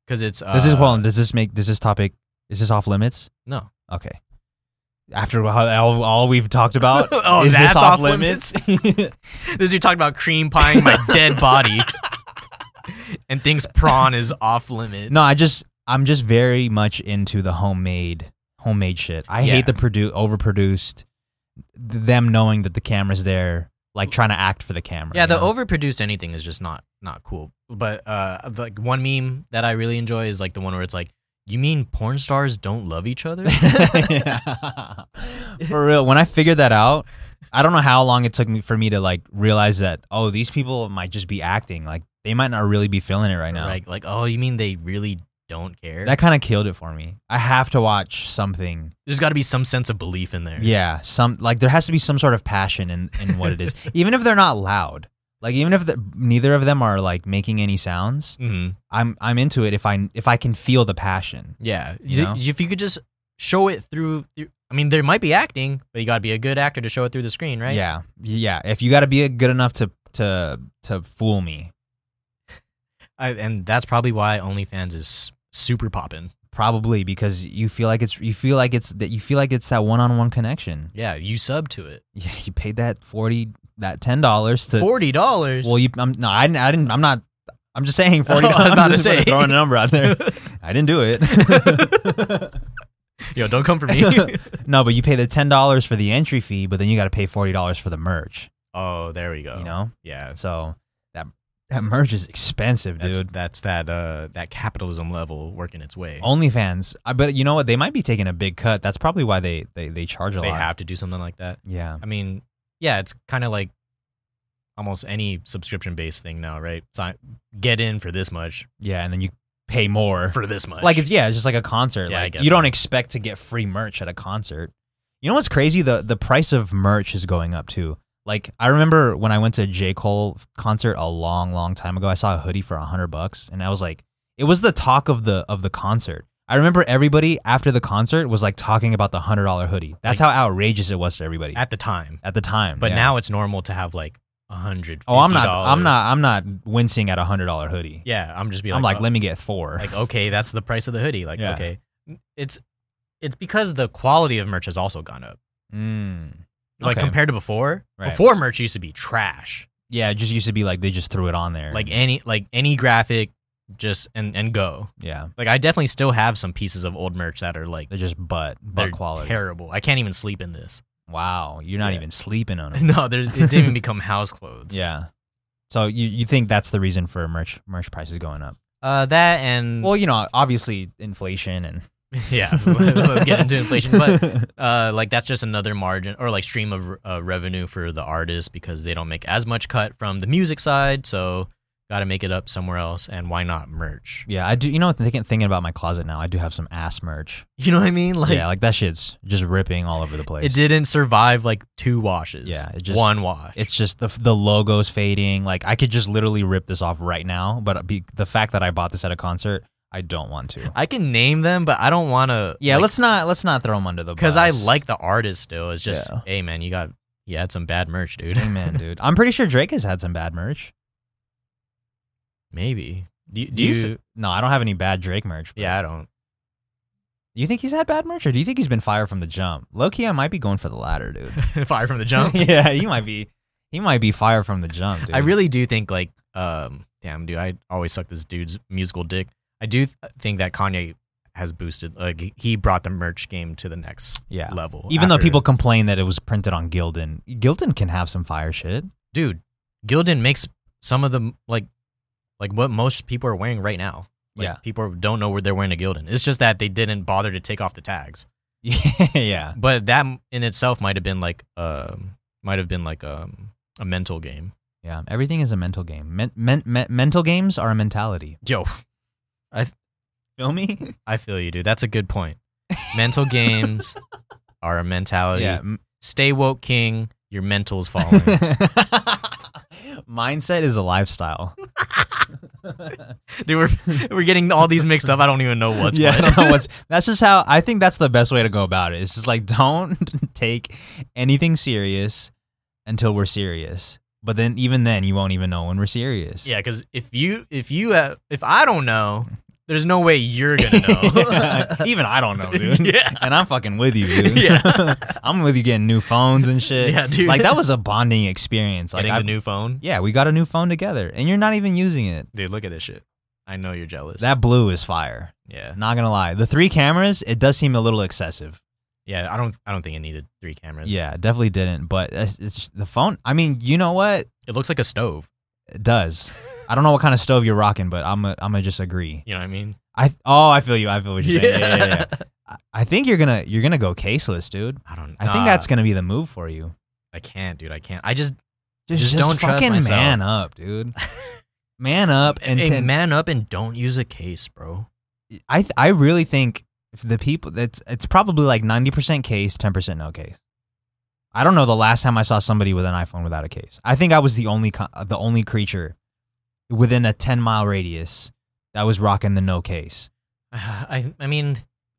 Speaker 2: because it's uh,
Speaker 1: this is well. Does this make does this topic is this off limits?
Speaker 2: No.
Speaker 1: Okay. After how- all, all we've talked about,
Speaker 2: Oh,
Speaker 1: is
Speaker 2: that's
Speaker 1: this off,
Speaker 2: off
Speaker 1: limits?
Speaker 2: This dude talking about cream pieing my dead body, and thinks prawn is off limits.
Speaker 1: no, I just I'm just very much into the homemade homemade shit. I
Speaker 2: Yeah.
Speaker 1: hate the produ- overproduced. th- Them knowing that the camera's there, like trying to act for the camera.
Speaker 2: yeah,
Speaker 1: you
Speaker 2: the
Speaker 1: know?
Speaker 2: overproduced anything is just not not cool. But uh, like one meme that I really enjoy is like the one where it's like, you mean porn stars don't love each other?
Speaker 1: Yeah. for real. When I figured that out, I don't know how long it took me for me to like realize that. Oh, these people might just be acting. Like they might not really be feeling it right now.
Speaker 2: Like like oh, you mean they really don't care?
Speaker 1: That kind of killed it for me. I have to watch something.
Speaker 2: There's got to be some sense of belief in there.
Speaker 1: Yeah, some like there has to be some sort of passion in in what it is, even if they're not loud. Like even if the, neither of them are like making any sounds,
Speaker 2: hmm
Speaker 1: I'm I'm into it if I if I can feel the passion.
Speaker 2: Yeah.
Speaker 1: You
Speaker 2: You-
Speaker 1: know?
Speaker 2: If you could just show it through, through- I mean, there might be acting, but you got to be a good actor to show it through the screen, right?
Speaker 1: Yeah, yeah. If you got to be good enough to to to fool me,
Speaker 2: I, and that's probably why OnlyFans is super popping.
Speaker 1: Probably because you feel like it's you feel like it's that you feel like it's that one on one connection.
Speaker 2: Yeah, you sub to it.
Speaker 1: Yeah, you paid that forty that ten dollars to
Speaker 2: Forty dollars.
Speaker 1: Well, you I'm, no, I didn't. I didn't. I'm not. I'm just saying forty.
Speaker 2: Oh, I was about
Speaker 1: I'm
Speaker 2: to
Speaker 1: just
Speaker 2: say.
Speaker 1: throwing a number out there. I didn't do it.
Speaker 2: Yo, don't come for me.
Speaker 1: no, but you pay the ten dollars for the entry fee, but then you got to pay forty dollars for the merch.
Speaker 2: oh, there we go.
Speaker 1: You know,
Speaker 2: yeah,
Speaker 1: so that that merch is expensive,
Speaker 2: that's,
Speaker 1: dude. Oh,
Speaker 2: that's that uh that capitalism level working its way.
Speaker 1: OnlyFans, I but you know what? They might be taking a big cut. That's probably why they they, they charge a
Speaker 2: they
Speaker 1: lot.
Speaker 2: have to do something like that.
Speaker 1: Yeah.
Speaker 2: I mean, yeah, it's kind of like almost any subscription based thing now, right? So get in for this much,
Speaker 1: Yeah, and then you pay more
Speaker 2: for this much.
Speaker 1: Like it's yeah, it's just like a concert.
Speaker 2: Yeah, I
Speaker 1: like
Speaker 2: guess
Speaker 1: you don't
Speaker 2: so.
Speaker 1: expect to get free merch at a concert. You know what's crazy? The the price of merch is going up too. Like I remember when I went to a J. Cole concert a long, long time ago, I saw a hoodie for a hundred bucks and I was like it was the talk of the of the concert. I remember everybody after the concert was like talking about the hundred dollar hoodie. That's how outrageous it was to everybody at,
Speaker 2: at the time,
Speaker 1: the time.
Speaker 2: but
Speaker 1: yeah.
Speaker 2: now it's normal to have like a hundred.
Speaker 1: Oh I'm not
Speaker 2: $50.
Speaker 1: I'm not I'm not wincing at a hundred dollar hoodie.
Speaker 2: Yeah, I'm just be
Speaker 1: I'm like,
Speaker 2: oh,
Speaker 1: let me get four.
Speaker 2: like okay, that's the price of the hoodie. Like
Speaker 1: Yeah.
Speaker 2: okay, it's it's because the quality of merch has also gone up.
Speaker 1: Mm.
Speaker 2: Like
Speaker 1: Okay.
Speaker 2: compared to before,
Speaker 1: Right.
Speaker 2: before merch used to be trash.
Speaker 1: Yeah, it just used to be like they just threw it on there.
Speaker 2: Like any like any graphic, just and and go.
Speaker 1: yeah,
Speaker 2: Like I definitely still have some pieces of old merch that are like
Speaker 1: they're just butt
Speaker 2: they're
Speaker 1: butt quality.
Speaker 2: terrible. I can't even sleep in this.
Speaker 1: wow, you're not
Speaker 2: Yeah.
Speaker 1: even sleeping on them.
Speaker 2: no, they're, it didn't even become house clothes.
Speaker 1: yeah. So you you think that's the reason for merch merch prices going up?
Speaker 2: Uh, that and
Speaker 1: Well, you know, obviously inflation and
Speaker 2: yeah, let's get into inflation. But uh, like that's just another margin or like stream of uh, revenue for the artist because they don't make as much cut from the music side, so got to make it up somewhere else. And why not merch?
Speaker 1: yeah, I do. You know, thinking thinking about my closet now, I do have some ass merch.
Speaker 2: You know what I mean? Like
Speaker 1: yeah, like that shit's just ripping all over the place.
Speaker 2: it didn't survive like two washes.
Speaker 1: Yeah, it just-
Speaker 2: one wash.
Speaker 1: It's just the the logos fading. Like I could just literally rip this off right now, but be, the fact that I bought this at a concert, I don't want to.
Speaker 2: I can name them, but I don't want to.
Speaker 1: Yeah, let's not let's not throw them under the bus.
Speaker 2: because I like the artist still. It's just
Speaker 1: Yeah.
Speaker 2: hey man, you got you had some bad merch, dude.
Speaker 1: Amen, dude. I'm pretty sure Drake has had some bad merch.
Speaker 2: Maybe. Do, you- do
Speaker 1: You
Speaker 2: you?
Speaker 1: s- No, I don't have any bad Drake merch. but-
Speaker 2: yeah, I don't.
Speaker 1: Do you think he's had bad merch, or do you think he's been fired from the jump? Low key, I might be going for the latter, dude.
Speaker 2: Fire from the jump.
Speaker 1: yeah, he might be. He might be fired from the jump, dude.
Speaker 2: I really do think like um damn dude, I always suck this dude's musical dick. I do th- think that Kanye has boosted like he- he brought the merch game to the next
Speaker 1: Yeah.
Speaker 2: level.
Speaker 1: Even though
Speaker 2: after-
Speaker 1: people complain that it was printed on Gildan, Gildan can have some fire shit.
Speaker 2: dude, Gildan makes some of the like like what most people are wearing right now. Like,
Speaker 1: Yeah.
Speaker 2: people don't know where they're wearing a Gildan. It's just that they didn't bother to take off the tags.
Speaker 1: yeah.
Speaker 2: But that in itself might have been like um might have been like um a mental game.
Speaker 1: Yeah. Everything is a mental game. Men- men- men- mental games are a mentality.
Speaker 2: Yo,
Speaker 1: Feel me?
Speaker 2: I feel you, dude. That's a good point. Mental games are a mentality.
Speaker 1: yeah. m-
Speaker 2: Stay woke, king. Your mental's falling.
Speaker 1: Mindset is a lifestyle.
Speaker 2: Dude, we're we're getting all these mixed up. I don't even know what's
Speaker 1: yeah, I
Speaker 2: what.
Speaker 1: don't know what's. That's just how I think that's the best way to go about it. It's just like don't take anything serious until we're serious. But then even then, you won't even know when we're serious.
Speaker 2: yeah, because if you if you uh, if I don't know, there's no way you're gonna know.
Speaker 1: Yeah. even I don't know, dude.
Speaker 2: Yeah.
Speaker 1: And I'm fucking with you, dude.
Speaker 2: Yeah.
Speaker 1: I'm with you getting new phones and shit.
Speaker 2: Yeah, dude.
Speaker 1: Like that was a bonding experience. Like
Speaker 2: Getting
Speaker 1: I,
Speaker 2: the new phone,
Speaker 1: yeah, we got a new phone together, and you're not even using it.
Speaker 2: dude. Look at this shit. I know you're jealous.
Speaker 1: That blue is fire.
Speaker 2: yeah,
Speaker 1: Not gonna lie, the three cameras it does seem a little excessive.
Speaker 2: yeah. I don't I don't think it needed three cameras.
Speaker 1: Yeah, it definitely didn't. But it's, it's the phone. I mean, you know what?
Speaker 2: it looks like a stove.
Speaker 1: It does. I don't know what kind of stove you're rocking, but I'm i I'm gonna just agree.
Speaker 2: You know what I mean?
Speaker 1: I oh I feel you. I feel what you're saying. Yeah, yeah, yeah.
Speaker 2: yeah.
Speaker 1: I- I think you're gonna you're gonna go caseless, dude.
Speaker 2: I don't.
Speaker 1: I think
Speaker 2: nah,
Speaker 1: that's gonna be the move for you.
Speaker 2: I can't, dude. I can't. I just
Speaker 1: Just,
Speaker 2: Just
Speaker 1: just
Speaker 2: don't trust
Speaker 1: fucking
Speaker 2: myself.
Speaker 1: man up, dude. Man up and,
Speaker 2: Hey,
Speaker 1: and
Speaker 2: man up and don't use a case, bro.
Speaker 1: I th- I really think if the people that's it's probably like ninety percent case, ten percent no case. I don't know the last time I saw somebody with an iPhone without a case. I think I was the only co- the only creature within a ten mile radius that was rocking the no case.
Speaker 2: I I mean,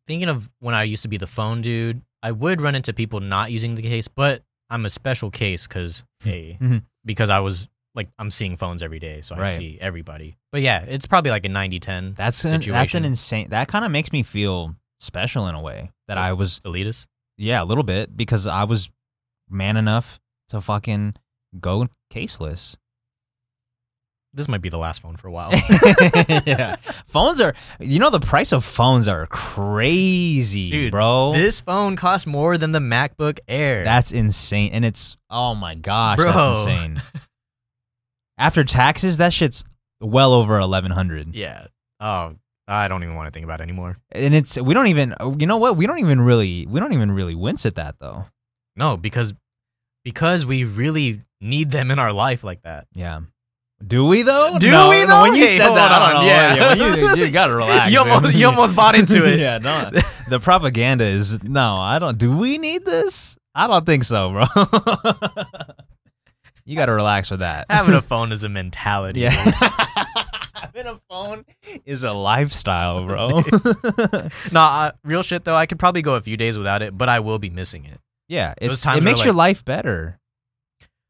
Speaker 2: thinking of when I used to be the phone dude, I would run into people not using the case, but I'm a special case because hey,
Speaker 1: Mhm.
Speaker 2: because I was like I'm seeing phones every day, so I
Speaker 1: Right.
Speaker 2: see everybody. But yeah, it's probably like a 90-10
Speaker 1: That's an, that's
Speaker 2: Situation.
Speaker 1: an insane. That kind of makes me feel special in a way that I was
Speaker 2: elitist.
Speaker 1: yeah a little bit because I was man enough to fucking go caseless.
Speaker 2: This might be the last phone for a while.
Speaker 1: yeah. Phones are, you know, the price of phones are crazy,
Speaker 2: Dude,
Speaker 1: bro.
Speaker 2: this phone costs more than the MacBook Air.
Speaker 1: that's insane. And it's, oh my gosh,
Speaker 2: Bro.
Speaker 1: that's insane. After taxes, that shit's well over 1100
Speaker 2: yeah. Oh, I don't even want to think about it anymore.
Speaker 1: And it's, we don't even, you know what? We don't even really, we don't even really wince at that though.
Speaker 2: No, because because we really need them in our life like that.
Speaker 1: Yeah. Do we though?
Speaker 2: Do
Speaker 1: No,
Speaker 2: we,
Speaker 1: no,
Speaker 2: though?
Speaker 1: When you
Speaker 2: Hey,
Speaker 1: said
Speaker 2: hold
Speaker 1: that, I
Speaker 2: on,
Speaker 1: don't know.
Speaker 2: yeah.
Speaker 1: when you, you gotta relax.
Speaker 2: You
Speaker 1: dude.
Speaker 2: almost- you almost bought into it.
Speaker 1: yeah, no. The propaganda is no. I don't. Do we need this? I don't think so, bro. you gotta relax with that.
Speaker 2: Having a phone is a mentality.
Speaker 1: yeah. Having a phone is a lifestyle, bro.
Speaker 2: Nah, uh, real shit though. I could probably go a few days without it, but I will be missing it.
Speaker 1: yeah,
Speaker 2: Those
Speaker 1: it's,
Speaker 2: times
Speaker 1: it
Speaker 2: are
Speaker 1: makes your
Speaker 2: like-
Speaker 1: life better.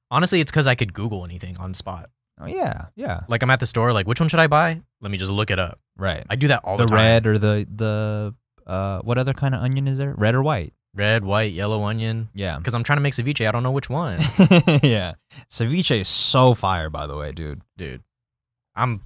Speaker 2: Honestly, it's because I could Google anything on the spot.
Speaker 1: Oh yeah, yeah,
Speaker 2: Like I'm at the store, like which one should I buy? Let me just look it up.
Speaker 1: right.
Speaker 2: I do that all the,
Speaker 1: the
Speaker 2: time.
Speaker 1: red or the the uh, what other kind of onion is there? Red or white?
Speaker 2: red, white, yellow onion.
Speaker 1: Yeah.
Speaker 2: Because I'm trying to make ceviche, I don't know which one,
Speaker 1: yeah. Ceviche is so fire, by the way, dude.
Speaker 2: dude. I'm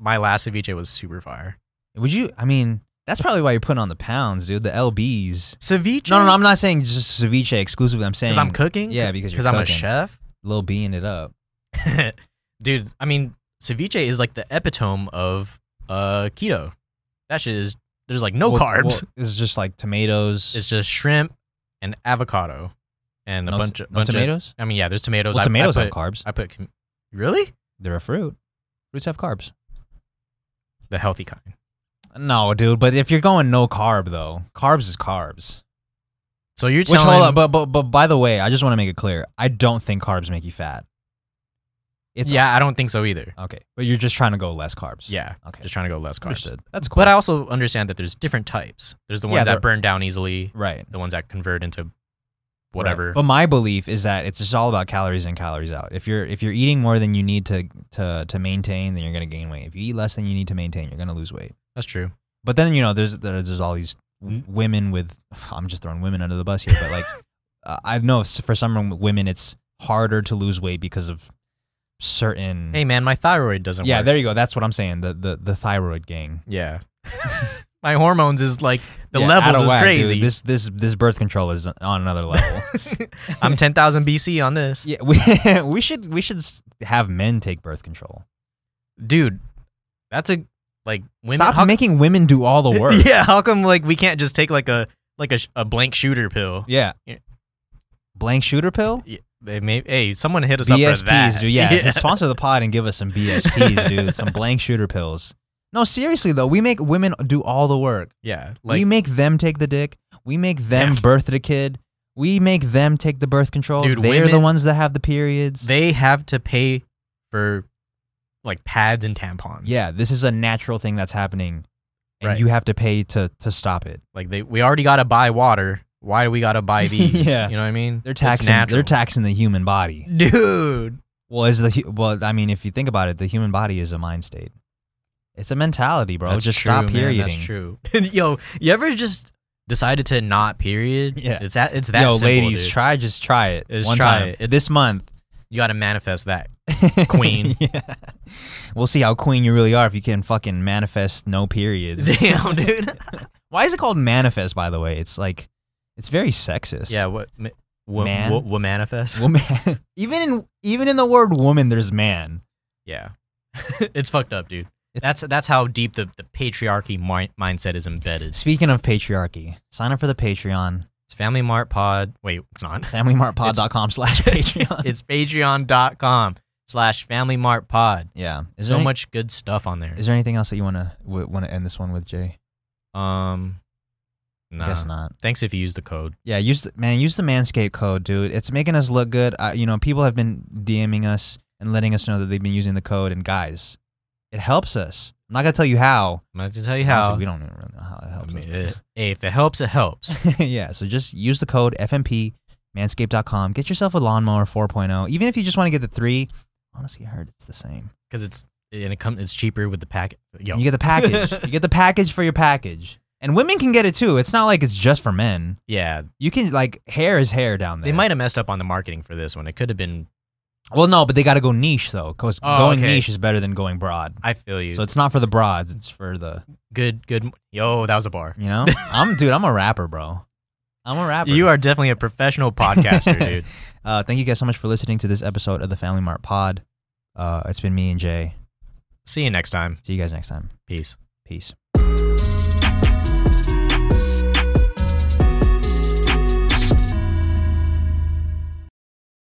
Speaker 2: my last ceviche was super fire.
Speaker 1: Would you? I mean, that's probably why you're putting on the pounds, dude. The lbs.
Speaker 2: Ceviche?
Speaker 1: No, no, no I'm not saying just ceviche exclusively. I'm saying
Speaker 2: because I'm cooking.
Speaker 1: Yeah, because you're
Speaker 2: because I'm a
Speaker 1: cooking.
Speaker 2: chef,
Speaker 1: Little B in it up.
Speaker 2: dude. I mean, ceviche is like the epitome of uh keto. That shit is there's like no
Speaker 1: Well-
Speaker 2: carbs.
Speaker 1: well, it's just like tomatoes.
Speaker 2: It's just shrimp and avocado and a
Speaker 1: no,
Speaker 2: bunch of
Speaker 1: no
Speaker 2: bunch of-
Speaker 1: tomatoes.
Speaker 2: I mean, yeah, there's tomatoes.
Speaker 1: well,
Speaker 2: I,
Speaker 1: tomatoes
Speaker 2: I
Speaker 1: have
Speaker 2: put,
Speaker 1: carbs.
Speaker 2: I put com- really
Speaker 1: They're a fruit. Fruits have carbs.
Speaker 2: the healthy kind.
Speaker 1: No, dude. But if you're going no carb though, carbs is carbs.
Speaker 2: So you're
Speaker 1: Which
Speaker 2: telling
Speaker 1: hold up, but but but by the way, I just want to make it clear. I don't think carbs make you fat. It's
Speaker 2: yeah, I don't think so either.
Speaker 1: Okay, but you're just trying to go less carbs.
Speaker 2: Yeah,
Speaker 1: Okay.
Speaker 2: just trying to go less carbs.
Speaker 1: Understood. That's cool.
Speaker 2: But I also understand that there's different types. There's the ones
Speaker 1: Yeah, there-
Speaker 2: that burn down easily,
Speaker 1: right.
Speaker 2: the ones that convert into
Speaker 1: Right.
Speaker 2: whatever.
Speaker 1: But my belief is that it's just all about calories in, calories out. If you're if you're eating more than you need to to to maintain, then you're gonna gain weight. If you eat less than you need to maintain, you're gonna lose weight.
Speaker 2: That's true.
Speaker 1: But then you know there's there's, there's all these w-
Speaker 2: Hmm?
Speaker 1: women with I'm just throwing women under the bus here, but like uh, I know s- for some women it's harder to lose weight because of certain.
Speaker 2: Hey man, my thyroid doesn't
Speaker 1: hmm. yeah,
Speaker 2: work.
Speaker 1: there you go. That's what I'm saying. The the the thyroid gang.
Speaker 2: yeah. my hormones is like the
Speaker 1: Yeah, out
Speaker 2: levels
Speaker 1: of
Speaker 2: is
Speaker 1: whack, dude.
Speaker 2: crazy.
Speaker 1: This this this birth control is on another level.
Speaker 2: I'm 10,000 BC on this.
Speaker 1: Yeah, we we should we should s- have men take birth control.
Speaker 2: Dude, that's a like women
Speaker 1: Stop
Speaker 2: how-
Speaker 1: making women do all the work.
Speaker 2: Yeah, how come like we can't just take like a like a, sh- a blank shooter pill?
Speaker 1: Yeah.
Speaker 2: Yeah.
Speaker 1: Blank shooter pill?
Speaker 2: Yeah, They may hey, someone hit us up for
Speaker 1: BSPs,
Speaker 2: that.
Speaker 1: dude. Yeah, sponsor the pod and give us some BSPs, dude. Some blank shooter pills. No, seriously though, we make women do all the work.
Speaker 2: Yeah, like
Speaker 1: we make them take the dick. We make them
Speaker 2: Yeah.
Speaker 1: birth the kid. We make them take the birth control.
Speaker 2: Dude,
Speaker 1: They're the
Speaker 2: women-
Speaker 1: ones that have the periods.
Speaker 2: they have to pay for like pads and tampons.
Speaker 1: Yeah, this is a natural thing that's happening, and
Speaker 2: Right.
Speaker 1: you have to pay to to stop it.
Speaker 2: Like they we already gotta buy water. Why do we gotta buy these?
Speaker 1: Yeah.
Speaker 2: You know what I mean?
Speaker 1: They're
Speaker 2: It's
Speaker 1: taxing.
Speaker 2: natural.
Speaker 1: They're taxing the human body.
Speaker 2: Dude.
Speaker 1: Well, is the hu- well? I mean, if you think about it, the human body is a mind state. It's a mentality, bro.
Speaker 2: That's
Speaker 1: Just
Speaker 2: true,
Speaker 1: stop
Speaker 2: man,
Speaker 1: perioding.
Speaker 2: That's true. Yo, you ever just decided to not period?
Speaker 1: Yeah.
Speaker 2: It's that it's that
Speaker 1: Yo,
Speaker 2: simple,
Speaker 1: ladies,
Speaker 2: dude.
Speaker 1: try just try it
Speaker 2: Just
Speaker 1: one
Speaker 2: try
Speaker 1: time
Speaker 2: it. It's-
Speaker 1: this month.
Speaker 2: you gotta manifest that. Queen.
Speaker 1: yeah. We'll see how queen you really are if you can fucking manifest no periods.
Speaker 2: Damn, dude.
Speaker 1: Why is it called manifest? By the way, it's like it's very sexist.
Speaker 2: yeah, what ma- what,
Speaker 1: Man.
Speaker 2: what, what manifest?
Speaker 1: woman. even in even in the word woman, there's man.
Speaker 2: Yeah. it's fucked up, dude.
Speaker 1: It's-
Speaker 2: that's that's how deep the, the patriarchy mi- mindset is embedded.
Speaker 1: Speaking of patriarchy, sign up for the Patreon,
Speaker 2: It's Family Mart Pod. Wait, it's not.
Speaker 1: familymartpod.com slash Patreon.
Speaker 2: It's patreon.com slash Family Mart Pod.
Speaker 1: yeah. Is
Speaker 2: so
Speaker 1: there any-
Speaker 2: much good stuff on there.
Speaker 1: Is there anything else that you want to w- want to end this one with, Jay?
Speaker 2: Um,
Speaker 1: I
Speaker 2: no.
Speaker 1: Guess not.
Speaker 2: Thanks if you use the code.
Speaker 1: Yeah, use the, man, use the Manscaped code, dude. It's making us look good. Uh, you know, people have been DMing us and letting us know that they've been using the code, and guys, it helps us. I'm not gonna tell you how.
Speaker 2: I'm going to tell you
Speaker 1: Honestly,
Speaker 2: how.
Speaker 1: we don't even really know how it helps
Speaker 2: I mean,
Speaker 1: us.
Speaker 2: it- hey, if it helps, it helps.
Speaker 1: yeah, so just use the code FMP manscaped.com. Get yourself a lawnmower 4.0. Even if you just want to get the three, honestly, I heard it's the same.
Speaker 2: Because it's and it come, it's cheaper with the packet. Yo,
Speaker 1: You get the package. you get the package for your package. And women can get it too. It's not like it's just for men.
Speaker 2: yeah,
Speaker 1: You can like hair is hair down there.
Speaker 2: they might have messed up on the marketing for this one. It could have been.
Speaker 1: Well, no, but they got to go niche though, because
Speaker 2: Oh,
Speaker 1: going
Speaker 2: okay.
Speaker 1: niche is better than going broad.
Speaker 2: I feel you.
Speaker 1: So it's not for the broads; it's for the
Speaker 2: good, good. Yo, that was a bar.
Speaker 1: you know. I'm dude. I'm a rapper, bro. I'm a rapper.
Speaker 2: You are definitely a professional podcaster, dude.
Speaker 1: Uh, thank you guys so much for listening to this episode of the Family Mart Pod. Uh, it's been me and Jay.
Speaker 2: See you next time.
Speaker 1: See you guys next time.
Speaker 2: Peace.
Speaker 1: Peace.